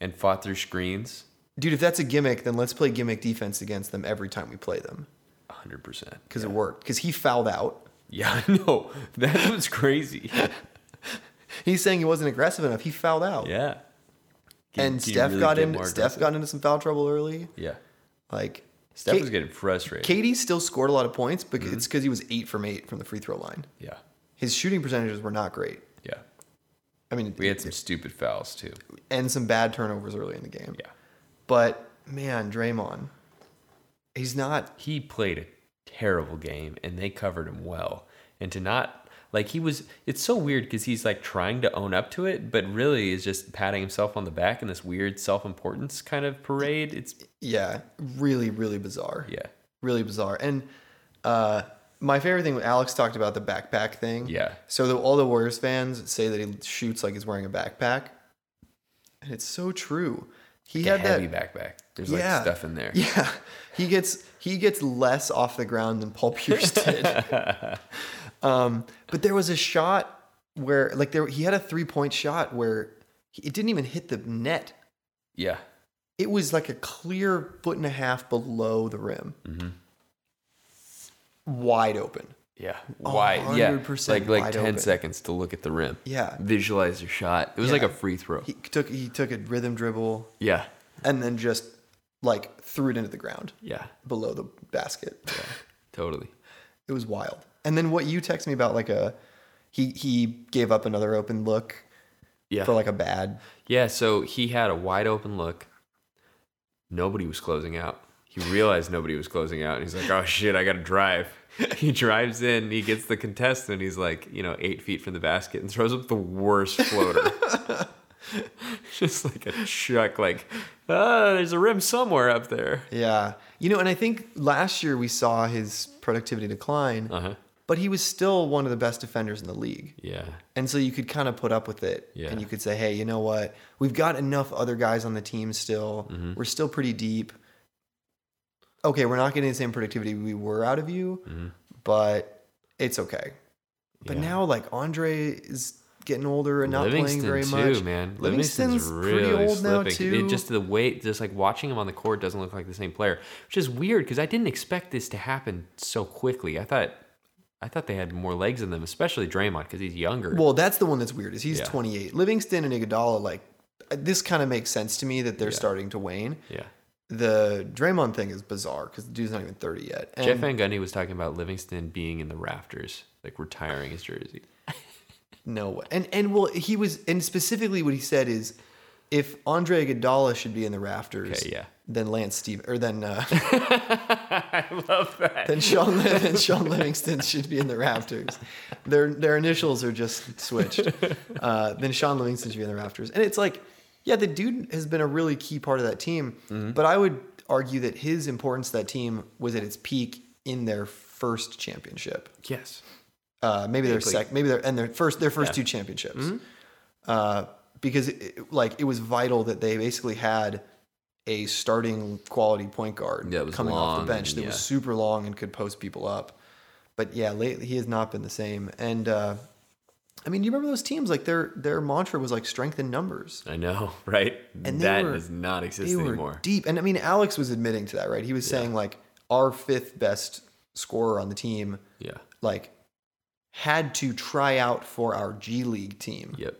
[SPEAKER 3] And fought through screens.
[SPEAKER 2] Dude, if that's a gimmick, then let's play gimmick defense against them every time we play them
[SPEAKER 3] 100%.
[SPEAKER 2] because it worked. Because he fouled out.
[SPEAKER 3] Yeah, I know. That was crazy.
[SPEAKER 2] He's saying he wasn't aggressive enough. He fouled out.
[SPEAKER 3] Yeah.
[SPEAKER 2] and Steph got in. Steph got into some foul trouble early.
[SPEAKER 3] Yeah.
[SPEAKER 2] Like
[SPEAKER 3] Steph
[SPEAKER 2] Ka-
[SPEAKER 3] was Mm-hmm. getting frustrated.
[SPEAKER 2] Katie still scored a lot of points, but it's because he was eight from eight from the free throw line.
[SPEAKER 3] yeah.
[SPEAKER 2] His shooting percentages were not great.
[SPEAKER 3] Yeah.
[SPEAKER 2] I mean,
[SPEAKER 3] We had some stupid fouls too.
[SPEAKER 2] and some bad turnovers early in the game.
[SPEAKER 3] Yeah.
[SPEAKER 2] But man, Draymond, he's not.
[SPEAKER 3] he played a terrible game and they covered him well. And to not like he was it's so weird because he's like trying to own up to it, but really is just patting himself on the back in this weird self importance kind of parade. It's
[SPEAKER 2] Yeah, really, really bizarre.
[SPEAKER 3] yeah.
[SPEAKER 2] really bizarre. And uh, my favorite thing, Alex talked about the backpack thing.
[SPEAKER 3] Yeah.
[SPEAKER 2] So the, all the Warriors fans say that he shoots like he's wearing a backpack, and it's so true. He
[SPEAKER 3] Yeah,
[SPEAKER 2] had that
[SPEAKER 3] heavy backpack. There's like stuff in there.
[SPEAKER 2] Yeah, he gets he gets less off the ground than Paul Pierce did. um, but there was a shot where like there he had a three point shot where he- it didn't even hit the net.
[SPEAKER 3] Yeah.
[SPEAKER 2] It was like a clear foot and a half below the rim,
[SPEAKER 3] Mm-hmm.
[SPEAKER 2] wide open.
[SPEAKER 3] Yeah. Why? Yeah.
[SPEAKER 2] 100%
[SPEAKER 3] Like like
[SPEAKER 2] wide
[SPEAKER 3] ten
[SPEAKER 2] open.
[SPEAKER 3] seconds to look at the rim.
[SPEAKER 2] Yeah.
[SPEAKER 3] Visualize your shot. It was like
[SPEAKER 2] Yeah.
[SPEAKER 3] a free throw.
[SPEAKER 2] He took he took a rhythm dribble
[SPEAKER 3] yeah.
[SPEAKER 2] and then just like threw it into the ground
[SPEAKER 3] Yeah.
[SPEAKER 2] below the basket.
[SPEAKER 3] Totally.
[SPEAKER 2] It was wild. And then what you text me about like a he he gave up another open look
[SPEAKER 3] Yeah.
[SPEAKER 2] for like a bad
[SPEAKER 3] Yeah, so he had a wide open look. Nobody was closing out. He realized nobody was closing out, and he's like, "Oh shit, I gotta drive." He drives in, he gets the contestant. He's like, you know, eight feet from the basket, and throws up the worst floater. Just like a chuck, like, oh, there's a rim somewhere up there.
[SPEAKER 2] yeah. You know, and I think last year we saw his productivity decline,
[SPEAKER 3] Uh huh.
[SPEAKER 2] but he was still one of the best defenders in the league.
[SPEAKER 3] Yeah.
[SPEAKER 2] And so you could kind of put up with it.
[SPEAKER 3] Yeah.
[SPEAKER 2] And you could say, hey, you know what? We've got enough other guys on the team still.
[SPEAKER 3] Mm-hmm.
[SPEAKER 2] We're still pretty deep. Okay, we're not getting the same productivity we were out of you, but it's okay. But
[SPEAKER 3] Mm-hmm. Yeah.
[SPEAKER 2] now, like, Andre is getting older and not
[SPEAKER 3] Livingston
[SPEAKER 2] playing very
[SPEAKER 3] too,
[SPEAKER 2] much.
[SPEAKER 3] man. Livingston's, really
[SPEAKER 2] pretty old
[SPEAKER 3] slipping.
[SPEAKER 2] now, too.
[SPEAKER 3] It just the way, just like watching him on the court doesn't look like the same player, which is weird because I didn't expect this to happen so quickly. I thought, I thought they had more legs in them, especially Draymond because he's younger.
[SPEAKER 2] well, that's the one that's weird is he's
[SPEAKER 3] Yeah.
[SPEAKER 2] 28. Livingston and Iguodala, like, uh, this kind of makes sense to me that they're
[SPEAKER 3] Yeah.
[SPEAKER 2] starting to wane.
[SPEAKER 3] Yeah.
[SPEAKER 2] The Draymond thing is bizarre because the dude's not even 30 yet. And
[SPEAKER 3] Jeff Van Gundy was talking about Livingston being in the rafters, like retiring his jersey.
[SPEAKER 2] No way. And and well, he was and specifically what he said is, if Andre Iguodala should be in the rafters,
[SPEAKER 3] Okay, yeah.
[SPEAKER 2] then Lance Steve or then uh,
[SPEAKER 3] I love that.
[SPEAKER 2] then Sean Liv- then Sean Livingston should be in the rafters. Their their initials are just switched. Uh, then Sean Livingston should be in the rafters, and it's like, yeah, the dude has been a really key part of that team.
[SPEAKER 3] Mm-hmm.
[SPEAKER 2] But I would argue that his importance to that team was at its peak in their first championship.
[SPEAKER 3] Yes.
[SPEAKER 2] uh, maybe their
[SPEAKER 3] Basically.
[SPEAKER 2] sec, maybe their and their first their first two championships,
[SPEAKER 3] Mm-hmm.
[SPEAKER 2] uh, because it- it, like it was vital that they basically had a starting quality point guard
[SPEAKER 3] Yeah, it was
[SPEAKER 2] coming off
[SPEAKER 3] long
[SPEAKER 2] the bench
[SPEAKER 3] and-
[SPEAKER 2] that
[SPEAKER 3] yeah.
[SPEAKER 2] was super long and could post people up. But yeah, lately he has not been the same. And uh, I mean, you remember those teams? Like their their mantra was like strength in numbers.
[SPEAKER 3] I know, right?
[SPEAKER 2] And they
[SPEAKER 3] that
[SPEAKER 2] were-
[SPEAKER 3] does not
[SPEAKER 2] They
[SPEAKER 3] exist
[SPEAKER 2] were
[SPEAKER 3] anymore.
[SPEAKER 2] deep, and I mean, Alex was admitting to that, right? He was saying like our fifth best scorer on the team
[SPEAKER 3] yeah.
[SPEAKER 2] like had to try out for our G League team.
[SPEAKER 3] Yep.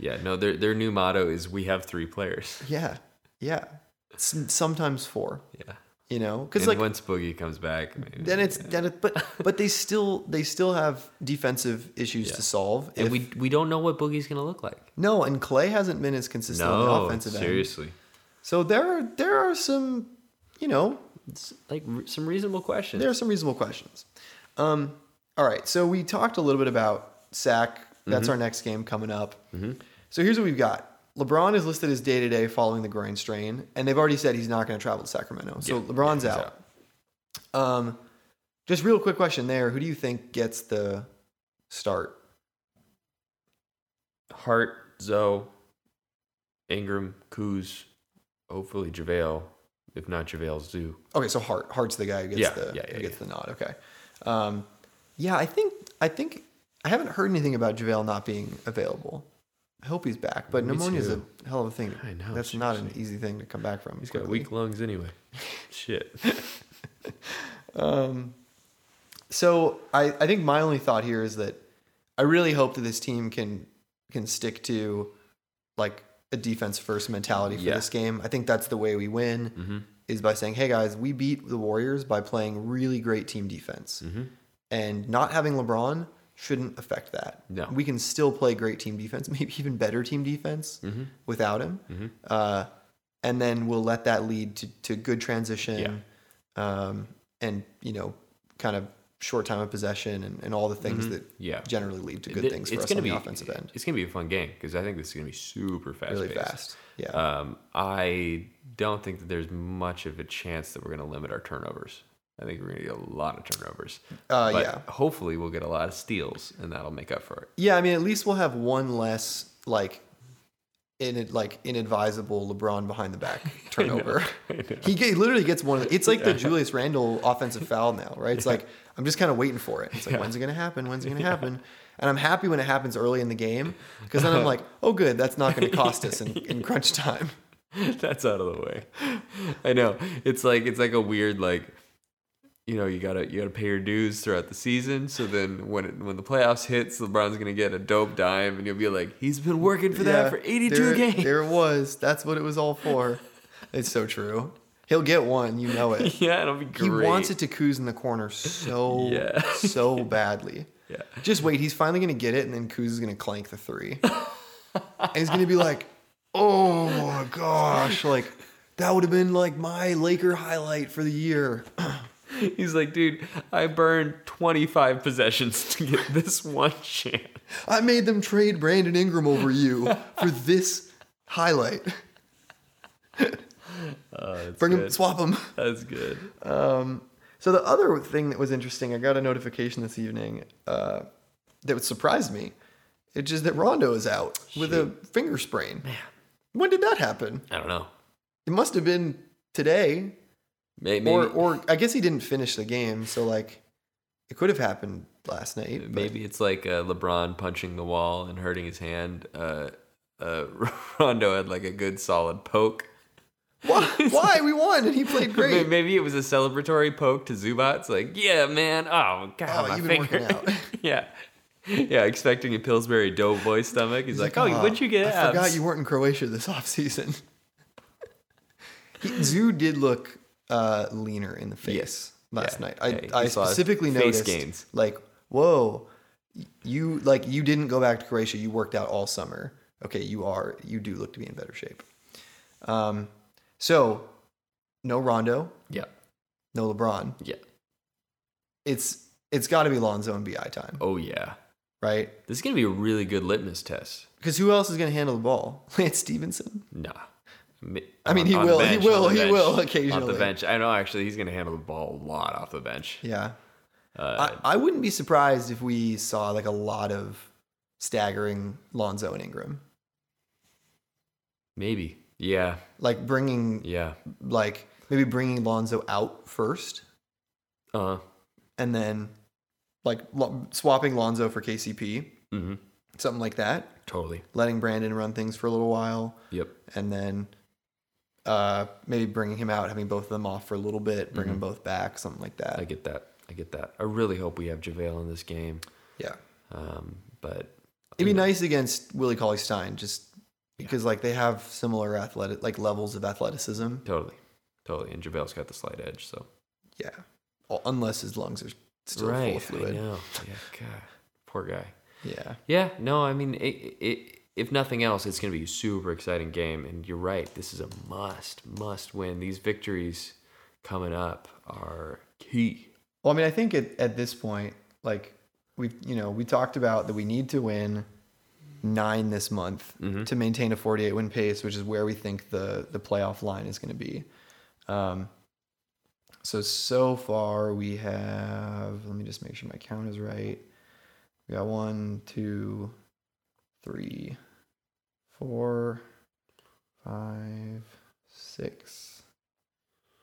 [SPEAKER 3] Yeah. No, their their new motto is we have three players.
[SPEAKER 2] Yeah. Yeah. S- sometimes four,
[SPEAKER 3] Yeah.
[SPEAKER 2] you know?
[SPEAKER 3] And
[SPEAKER 2] Cuz like
[SPEAKER 3] once Boogie comes back, maybe-
[SPEAKER 2] then it's then it, but but they still they still have defensive issues to solve.
[SPEAKER 3] and
[SPEAKER 2] if-
[SPEAKER 3] we we don't know what Boogie's gonna look like.
[SPEAKER 2] No, and Clay hasn't been as consistent on the
[SPEAKER 3] No,
[SPEAKER 2] offensive end.
[SPEAKER 3] seriously.
[SPEAKER 2] So there are there are some, you know,
[SPEAKER 3] It's like re- some reasonable questions.
[SPEAKER 2] there are some reasonable questions. Um, all right, so we talked a little bit about sack. That's
[SPEAKER 3] Mm-hmm.
[SPEAKER 2] our next game coming up. So here's what we've got. LeBron is listed as day to day following the groin strain, and they've already said he's not going to travel to Sacramento. So LeBron's
[SPEAKER 3] he's
[SPEAKER 2] out. Um, just real quick question there: Who do you think gets the start?
[SPEAKER 3] Hart, Zoe, Ingram, Kuz, hopefully JaVale. If not JaVale, Zoo.
[SPEAKER 2] Okay, so Hart Hart's the guy who gets
[SPEAKER 3] Yeah,
[SPEAKER 2] the
[SPEAKER 3] yeah, yeah,
[SPEAKER 2] who gets
[SPEAKER 3] yeah.
[SPEAKER 2] the nod. Okay, um, yeah, I think I think I haven't heard anything about Javale not being available. I hope he's back, but
[SPEAKER 3] Me
[SPEAKER 2] pneumonia is a
[SPEAKER 3] too.
[SPEAKER 2] hell of a thing.
[SPEAKER 3] I know,
[SPEAKER 2] that's not an easy thing to come back from.
[SPEAKER 3] He's got
[SPEAKER 2] quickly.
[SPEAKER 3] weak lungs anyway. Shit.
[SPEAKER 2] Um, so I, I think my only thought here is that I really hope that this team can can stick to like a defense first mentality for
[SPEAKER 3] Yeah. Mm-hmm.
[SPEAKER 2] this game. I think that's the way we win is by saying, "Hey guys, we beat the Warriors by playing really great team defense."
[SPEAKER 3] Mm-hmm.
[SPEAKER 2] And not having LeBron shouldn't affect that.
[SPEAKER 3] No.
[SPEAKER 2] We can still play great team defense, maybe even better team defense
[SPEAKER 3] Mm-hmm.
[SPEAKER 2] without him. Uh, and then we'll let that lead to, to good transition um, and you know kind of short time of possession and, and all the things that
[SPEAKER 3] Mm-hmm. Yeah.
[SPEAKER 2] generally lead to good
[SPEAKER 3] Th-
[SPEAKER 2] things for
[SPEAKER 3] it's
[SPEAKER 2] us
[SPEAKER 3] gonna
[SPEAKER 2] on
[SPEAKER 3] be
[SPEAKER 2] the offensive end
[SPEAKER 3] It's gonna be a fun game because I think this is gonna be super fast.
[SPEAKER 2] really
[SPEAKER 3] paced.
[SPEAKER 2] fast yeah
[SPEAKER 3] Um, I don't think that there's much of a chance that we're gonna limit our turnovers. I think we're gonna get a lot of turnovers.
[SPEAKER 2] Uh,
[SPEAKER 3] but
[SPEAKER 2] yeah.
[SPEAKER 3] Hopefully, we'll get a lot of steals, and that'll make up for it.
[SPEAKER 2] yeah i mean at least we'll have one less like in like inadvisable LeBron behind the back turnover. He, get, he literally gets one. Of the, it's like the Julius Randle offensive foul now, right? It's like I'm just kind of waiting for it. It's like when's it gonna happen? When's it gonna happen? And I'm happy when it happens early in the game because then I'm
[SPEAKER 3] Uh-huh.
[SPEAKER 2] like, oh good, that's not gonna cost us in, in crunch time.
[SPEAKER 3] That's out of the way. I know. It's like it's like a weird like you know, you gotta you gotta pay your dues throughout the season. So then when it, when the playoffs hits, LeBron's gonna get a dope dime and you'll be like, He's been working for that
[SPEAKER 2] Yeah,
[SPEAKER 3] for eighty
[SPEAKER 2] there-
[SPEAKER 3] two games.
[SPEAKER 2] There it was. That's what it was all for. It's so true. He'll get one. You know it.
[SPEAKER 3] Yeah, it'll be great.
[SPEAKER 2] He wants it to Kuz in the corner so
[SPEAKER 3] Yeah.
[SPEAKER 2] so badly.
[SPEAKER 3] Yeah.
[SPEAKER 2] Just wait. He's finally gonna get it, and then Kuz is gonna clank the three, and he's gonna be like, "Oh my gosh!" Like that would have been like my Laker highlight for the year.
[SPEAKER 3] He's like, dude, I burned twenty five possessions to get this one chance.
[SPEAKER 2] I made them trade Brandon Ingram over you for this highlight.
[SPEAKER 3] Oh,
[SPEAKER 2] Bring him, swap him.
[SPEAKER 3] That's good.
[SPEAKER 2] So the other thing that was interesting, I got a notification this evening uh, that would surprise me. It's just that Rondo is out with a finger sprain. When did that happen?
[SPEAKER 3] I don't know.
[SPEAKER 2] It must have been today,
[SPEAKER 3] May- Maybe,
[SPEAKER 2] or or I guess he didn't finish the game, so like it could have happened last night. but-
[SPEAKER 3] Maybe it's like uh, LeBron punching the wall and hurting his hand. Uh, uh, Rondo had like a good solid poke.
[SPEAKER 2] why? Why we won and he played
[SPEAKER 3] May-
[SPEAKER 2] great.
[SPEAKER 3] Maybe it was a celebratory poke to Zubat. It's like, yeah, man. Oh, God,
[SPEAKER 2] Oh,
[SPEAKER 3] my
[SPEAKER 2] you've been
[SPEAKER 3] finger.
[SPEAKER 2] working out.
[SPEAKER 3] yeah. yeah, expecting a Pillsbury Doughboy stomach. He's, like,
[SPEAKER 2] "Ah,
[SPEAKER 3] oh, what'd you get?
[SPEAKER 2] I forgot
[SPEAKER 3] abs?"
[SPEAKER 2] you weren't in Croatia this offseason. he, Zhu did look uh, leaner in the face
[SPEAKER 3] Yes.
[SPEAKER 2] last
[SPEAKER 3] Yeah.
[SPEAKER 2] night. I,
[SPEAKER 3] Yeah, he
[SPEAKER 2] I
[SPEAKER 3] saw his
[SPEAKER 2] specifically
[SPEAKER 3] face
[SPEAKER 2] noticed,
[SPEAKER 3] gains.
[SPEAKER 2] like, whoa, you like you didn't go back to Croatia. You worked out all summer. Okay, you are you do look to be in better shape. Um, so no Rondo,
[SPEAKER 3] Yeah,
[SPEAKER 2] no LeBron.
[SPEAKER 3] yeah.
[SPEAKER 2] It's it's got to be Lonzo and Bi time,
[SPEAKER 3] Oh yeah.
[SPEAKER 2] right?
[SPEAKER 3] This is gonna be a really good litmus test.
[SPEAKER 2] Because who else is going to handle the ball? Lance Stevenson.
[SPEAKER 3] Nah. Mi-
[SPEAKER 2] I mean, he
[SPEAKER 3] the
[SPEAKER 2] will- he
[SPEAKER 3] bench,
[SPEAKER 2] will-
[SPEAKER 3] on the
[SPEAKER 2] he will
[SPEAKER 3] Off the
[SPEAKER 2] occasionally.
[SPEAKER 3] bench. I know. Actually, he's gonna handle the ball a lot off the bench.
[SPEAKER 2] Yeah.
[SPEAKER 3] Uh,
[SPEAKER 2] I, I wouldn't be surprised if we saw like a lot of staggering Lonzo and Ingram,
[SPEAKER 3] maybe. Yeah.
[SPEAKER 2] like bringing
[SPEAKER 3] Yeah.
[SPEAKER 2] like maybe bringing Lonzo out first,
[SPEAKER 3] Uh.
[SPEAKER 2] and then like lo- swapping Lonzo for KCP,
[SPEAKER 3] Mm-hmm.
[SPEAKER 2] something like that.
[SPEAKER 3] Totally.
[SPEAKER 2] Letting Brandon run things for a little while,
[SPEAKER 3] Yep.
[SPEAKER 2] and then uh, maybe bringing him out, having both of them off for a little bit, bring them both back, something like that.
[SPEAKER 3] I get that. I get that. I really hope we have JaVale in this game.
[SPEAKER 2] yeah,
[SPEAKER 3] Um, but
[SPEAKER 2] it'd be nice against Willie Cauley Stein, just because like they have similar athletic like levels of athleticism.
[SPEAKER 3] totally. Totally. And JaVale's got the slight edge, so
[SPEAKER 2] Yeah. Well, unless his lungs are still full of
[SPEAKER 3] I
[SPEAKER 2] fluid.
[SPEAKER 3] know. Yeah, God. Poor guy.
[SPEAKER 2] Yeah.
[SPEAKER 3] Yeah, no, I mean, it, it, if nothing else, it's going to be a super exciting game. And you're right, this is a must, must win. These victories coming up are key.
[SPEAKER 2] Well, I mean, I think at, at this point, like we, you know, we talked about that we need to win nine this month to maintain a 48 win pace, which is where we think the, the playoff line is going to be. Um, so, so far we have, let me just make sure my count is right. We got one, two, three, four, five, six,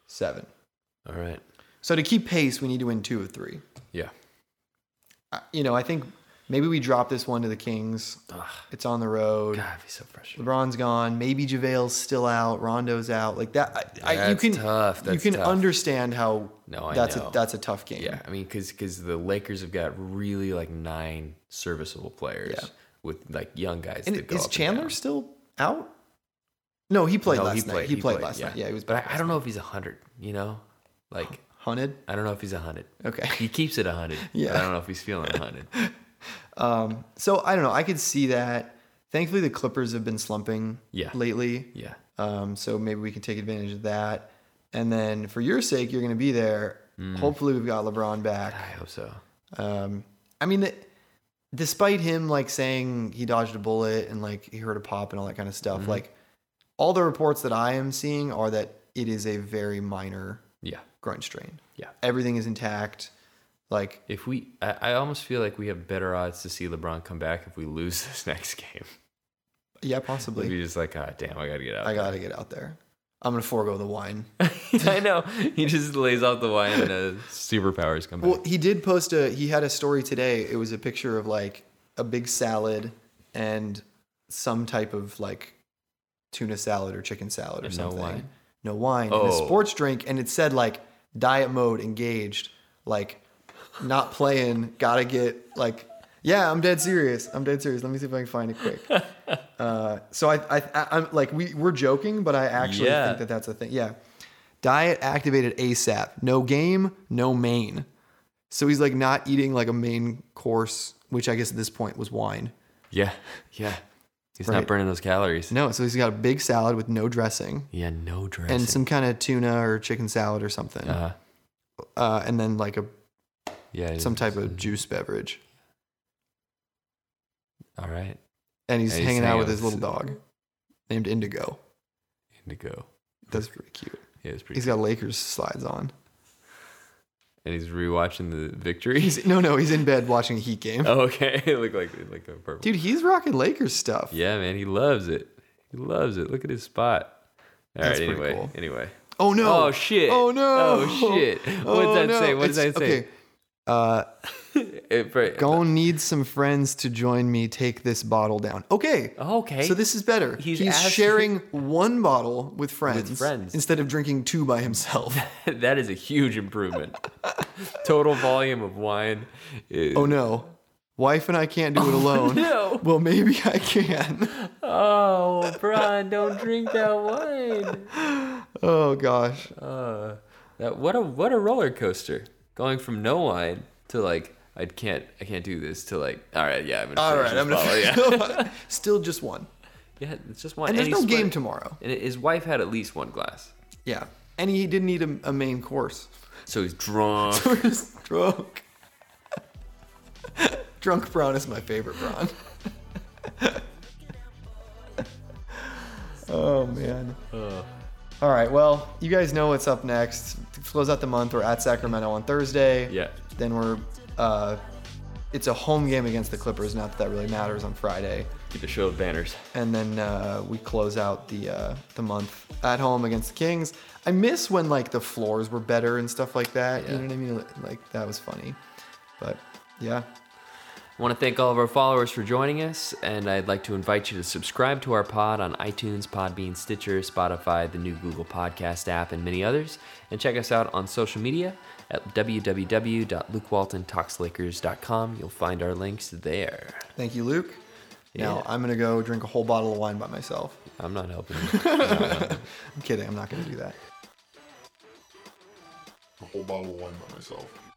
[SPEAKER 2] seven.
[SPEAKER 3] All right.
[SPEAKER 2] So to keep pace, we need to win two of three.
[SPEAKER 3] Yeah.
[SPEAKER 2] I- You know, I think maybe we drop this one to the Kings.
[SPEAKER 3] Ugh,
[SPEAKER 2] It's on the road.
[SPEAKER 3] God, it'd be so frustrating.
[SPEAKER 2] LeBron's gone. Maybe JaVale's still out. Rondo's out. Like that, I, I, you
[SPEAKER 3] That's
[SPEAKER 2] can
[SPEAKER 3] tough.
[SPEAKER 2] you
[SPEAKER 3] That's
[SPEAKER 2] can
[SPEAKER 3] tough.
[SPEAKER 2] understand how
[SPEAKER 3] No, I
[SPEAKER 2] that's
[SPEAKER 3] know.
[SPEAKER 2] a that's a tough game.
[SPEAKER 3] Yeah, I mean, because the Lakers have got really like nine serviceable players
[SPEAKER 2] Yeah.
[SPEAKER 3] with like young guys.
[SPEAKER 2] And
[SPEAKER 3] that go
[SPEAKER 2] is
[SPEAKER 3] up and
[SPEAKER 2] Chandler
[SPEAKER 3] down.
[SPEAKER 2] still out? No, he played
[SPEAKER 3] No,
[SPEAKER 2] last
[SPEAKER 3] he
[SPEAKER 2] night.
[SPEAKER 3] played.
[SPEAKER 2] He, played, last night. Yeah, he was
[SPEAKER 3] But I, I don't know if he's hundred. You know, like
[SPEAKER 2] hunted.
[SPEAKER 3] I don't know if he's hundred.
[SPEAKER 2] Okay.
[SPEAKER 3] He keeps it hundred.
[SPEAKER 2] Yeah.
[SPEAKER 3] but I don't know if he's feeling hundred.
[SPEAKER 2] Um, so I don't know. I could see that. Thankfully, the Clippers have been slumping
[SPEAKER 3] Yeah.
[SPEAKER 2] lately.
[SPEAKER 3] Yeah.
[SPEAKER 2] Um, so maybe we can take advantage of that. And then for your sake, you're going to be there. Hopefully, we've got LeBron
[SPEAKER 3] I
[SPEAKER 2] back.
[SPEAKER 3] hope so.
[SPEAKER 2] Um, I mean, the, despite him like saying he dodged a bullet and like he heard a pop and all that kind of stuff, like all the reports that I am seeing are that it is a very minor
[SPEAKER 3] Yeah.
[SPEAKER 2] groin strain.
[SPEAKER 3] Yeah.
[SPEAKER 2] Everything is intact. Like,
[SPEAKER 3] If we, I, I almost feel like we have better odds to see LeBron come back if we lose this next game.
[SPEAKER 2] yeah,
[SPEAKER 3] We'd
[SPEAKER 2] possibly.
[SPEAKER 3] be just like, ah, damn, I gotta get out.
[SPEAKER 2] I got to get out there. I'm going to forego the wine.
[SPEAKER 3] I know. He just lays off the wine and uh, superpowers come back.
[SPEAKER 2] Well, he did post a he had a story today. It was a picture of like a big salad and some type of like tuna salad or chicken salad or
[SPEAKER 3] And no
[SPEAKER 2] something.
[SPEAKER 3] wine?
[SPEAKER 2] No wine. And a
[SPEAKER 3] Oh.
[SPEAKER 2] sports drink and it said like diet mode engaged, like not playing, gotta get like yeah, I'm dead serious. I'm dead serious. Let me see if I can find it quick. Uh, so I, I, I, I'm like we we're joking, but I actually
[SPEAKER 3] Yeah.
[SPEAKER 2] think that that's a thing. Yeah, diet activated ASAP. No game, no main. So he's like not eating like a main course, which I guess at this point was wine.
[SPEAKER 3] yeah, yeah. He's
[SPEAKER 2] Right.
[SPEAKER 3] not burning those calories.
[SPEAKER 2] No, so he's got a big salad with no dressing
[SPEAKER 3] Yeah, no dressing.
[SPEAKER 2] and some kind of tuna or chicken salad or something,
[SPEAKER 3] uh,
[SPEAKER 2] uh, and then like a
[SPEAKER 3] yeah,
[SPEAKER 2] some type of juice beverage.
[SPEAKER 3] All right,
[SPEAKER 2] And he's,
[SPEAKER 3] And he's
[SPEAKER 2] hanging, out
[SPEAKER 3] hanging
[SPEAKER 2] with
[SPEAKER 3] out
[SPEAKER 2] his
[SPEAKER 3] with-
[SPEAKER 2] little dog named Indigo.
[SPEAKER 3] indigo.
[SPEAKER 2] That's pretty cute.
[SPEAKER 3] Yeah, it's pretty.
[SPEAKER 2] He's got Lakers slides on.
[SPEAKER 3] and he's rewatching the victory.
[SPEAKER 2] He's no, no, he's in bed watching a Heat game.
[SPEAKER 3] Oh, okay, it looked like it looked like a purple.
[SPEAKER 2] Dude, he's rocking Lakers stuff.
[SPEAKER 3] Yeah, man, he loves it. He loves it. Look at his spot. All right.
[SPEAKER 2] That's pretty
[SPEAKER 3] anyway,
[SPEAKER 2] cool.
[SPEAKER 3] anyway.
[SPEAKER 2] Oh no.
[SPEAKER 3] Oh shit.
[SPEAKER 2] Oh no.
[SPEAKER 3] Oh shit. What
[SPEAKER 2] Oh,
[SPEAKER 3] does that
[SPEAKER 2] no.
[SPEAKER 3] say? What does
[SPEAKER 2] It's-
[SPEAKER 3] that say?
[SPEAKER 2] Okay. Uh,
[SPEAKER 3] It, Eh, for-
[SPEAKER 2] gonna need some friends to join me take this bottle down. Okay.
[SPEAKER 3] Okay.
[SPEAKER 2] So this is better. He's,
[SPEAKER 3] He's asking-
[SPEAKER 2] sharing one bottle with friends,
[SPEAKER 3] friends.
[SPEAKER 2] instead of drinking two by himself.
[SPEAKER 3] that is a huge improvement. Total volume of wine. Is,
[SPEAKER 2] oh no. Wife and I can't do it alone.
[SPEAKER 3] Oh, no.
[SPEAKER 2] Well, maybe I can.
[SPEAKER 3] Oh, Brian, don't drink that wine.
[SPEAKER 2] Oh gosh.
[SPEAKER 3] Uh, that what a what a roller coaster. Going from no wine to like I can't I can't do this to like all right yeah I'm gonna
[SPEAKER 2] All
[SPEAKER 3] finish
[SPEAKER 2] right,
[SPEAKER 3] this
[SPEAKER 2] I'm gonna.
[SPEAKER 3] bottle, yeah
[SPEAKER 2] Still just one.
[SPEAKER 3] yeah it's just one
[SPEAKER 2] And there's
[SPEAKER 3] he
[SPEAKER 2] no
[SPEAKER 3] split
[SPEAKER 2] game
[SPEAKER 3] it.
[SPEAKER 2] tomorrow.
[SPEAKER 3] and his wife had at least one glass
[SPEAKER 2] Yeah. And he didn't eat a, a main course.
[SPEAKER 3] so he's drunk
[SPEAKER 2] We're just drunk. drunk Braun is my favorite Braun. oh man. All right. Well, you guys know what's up next. To close out the month, we're at Sacramento on Thursday.
[SPEAKER 3] Yeah.
[SPEAKER 2] Then we're. Uh, it's a home game against the Clippers. Not that that really matters on Friday.
[SPEAKER 3] get the show of banners
[SPEAKER 2] and then uh, we close out the uh, the month at home against the Kings. I miss when like the floors were better and stuff like that. You
[SPEAKER 3] Yeah.
[SPEAKER 2] know what I mean? Like that was funny, but yeah,
[SPEAKER 3] I want to thank all of our followers for joining us, and I'd like to invite you to subscribe to our pod on iTunes, Podbean, Stitcher, Spotify, the new Google Podcast app, and many others. And check us out on social media at www.lukewaltontalkslakers.com. You'll find our links there.
[SPEAKER 2] thank you, Luke. Now
[SPEAKER 3] Yeah.
[SPEAKER 2] I'm gonna go drink a whole bottle of wine by myself.
[SPEAKER 3] I'm not helping.
[SPEAKER 2] I'm kidding. I'm not gonna do that.
[SPEAKER 4] a whole bottle of wine by myself.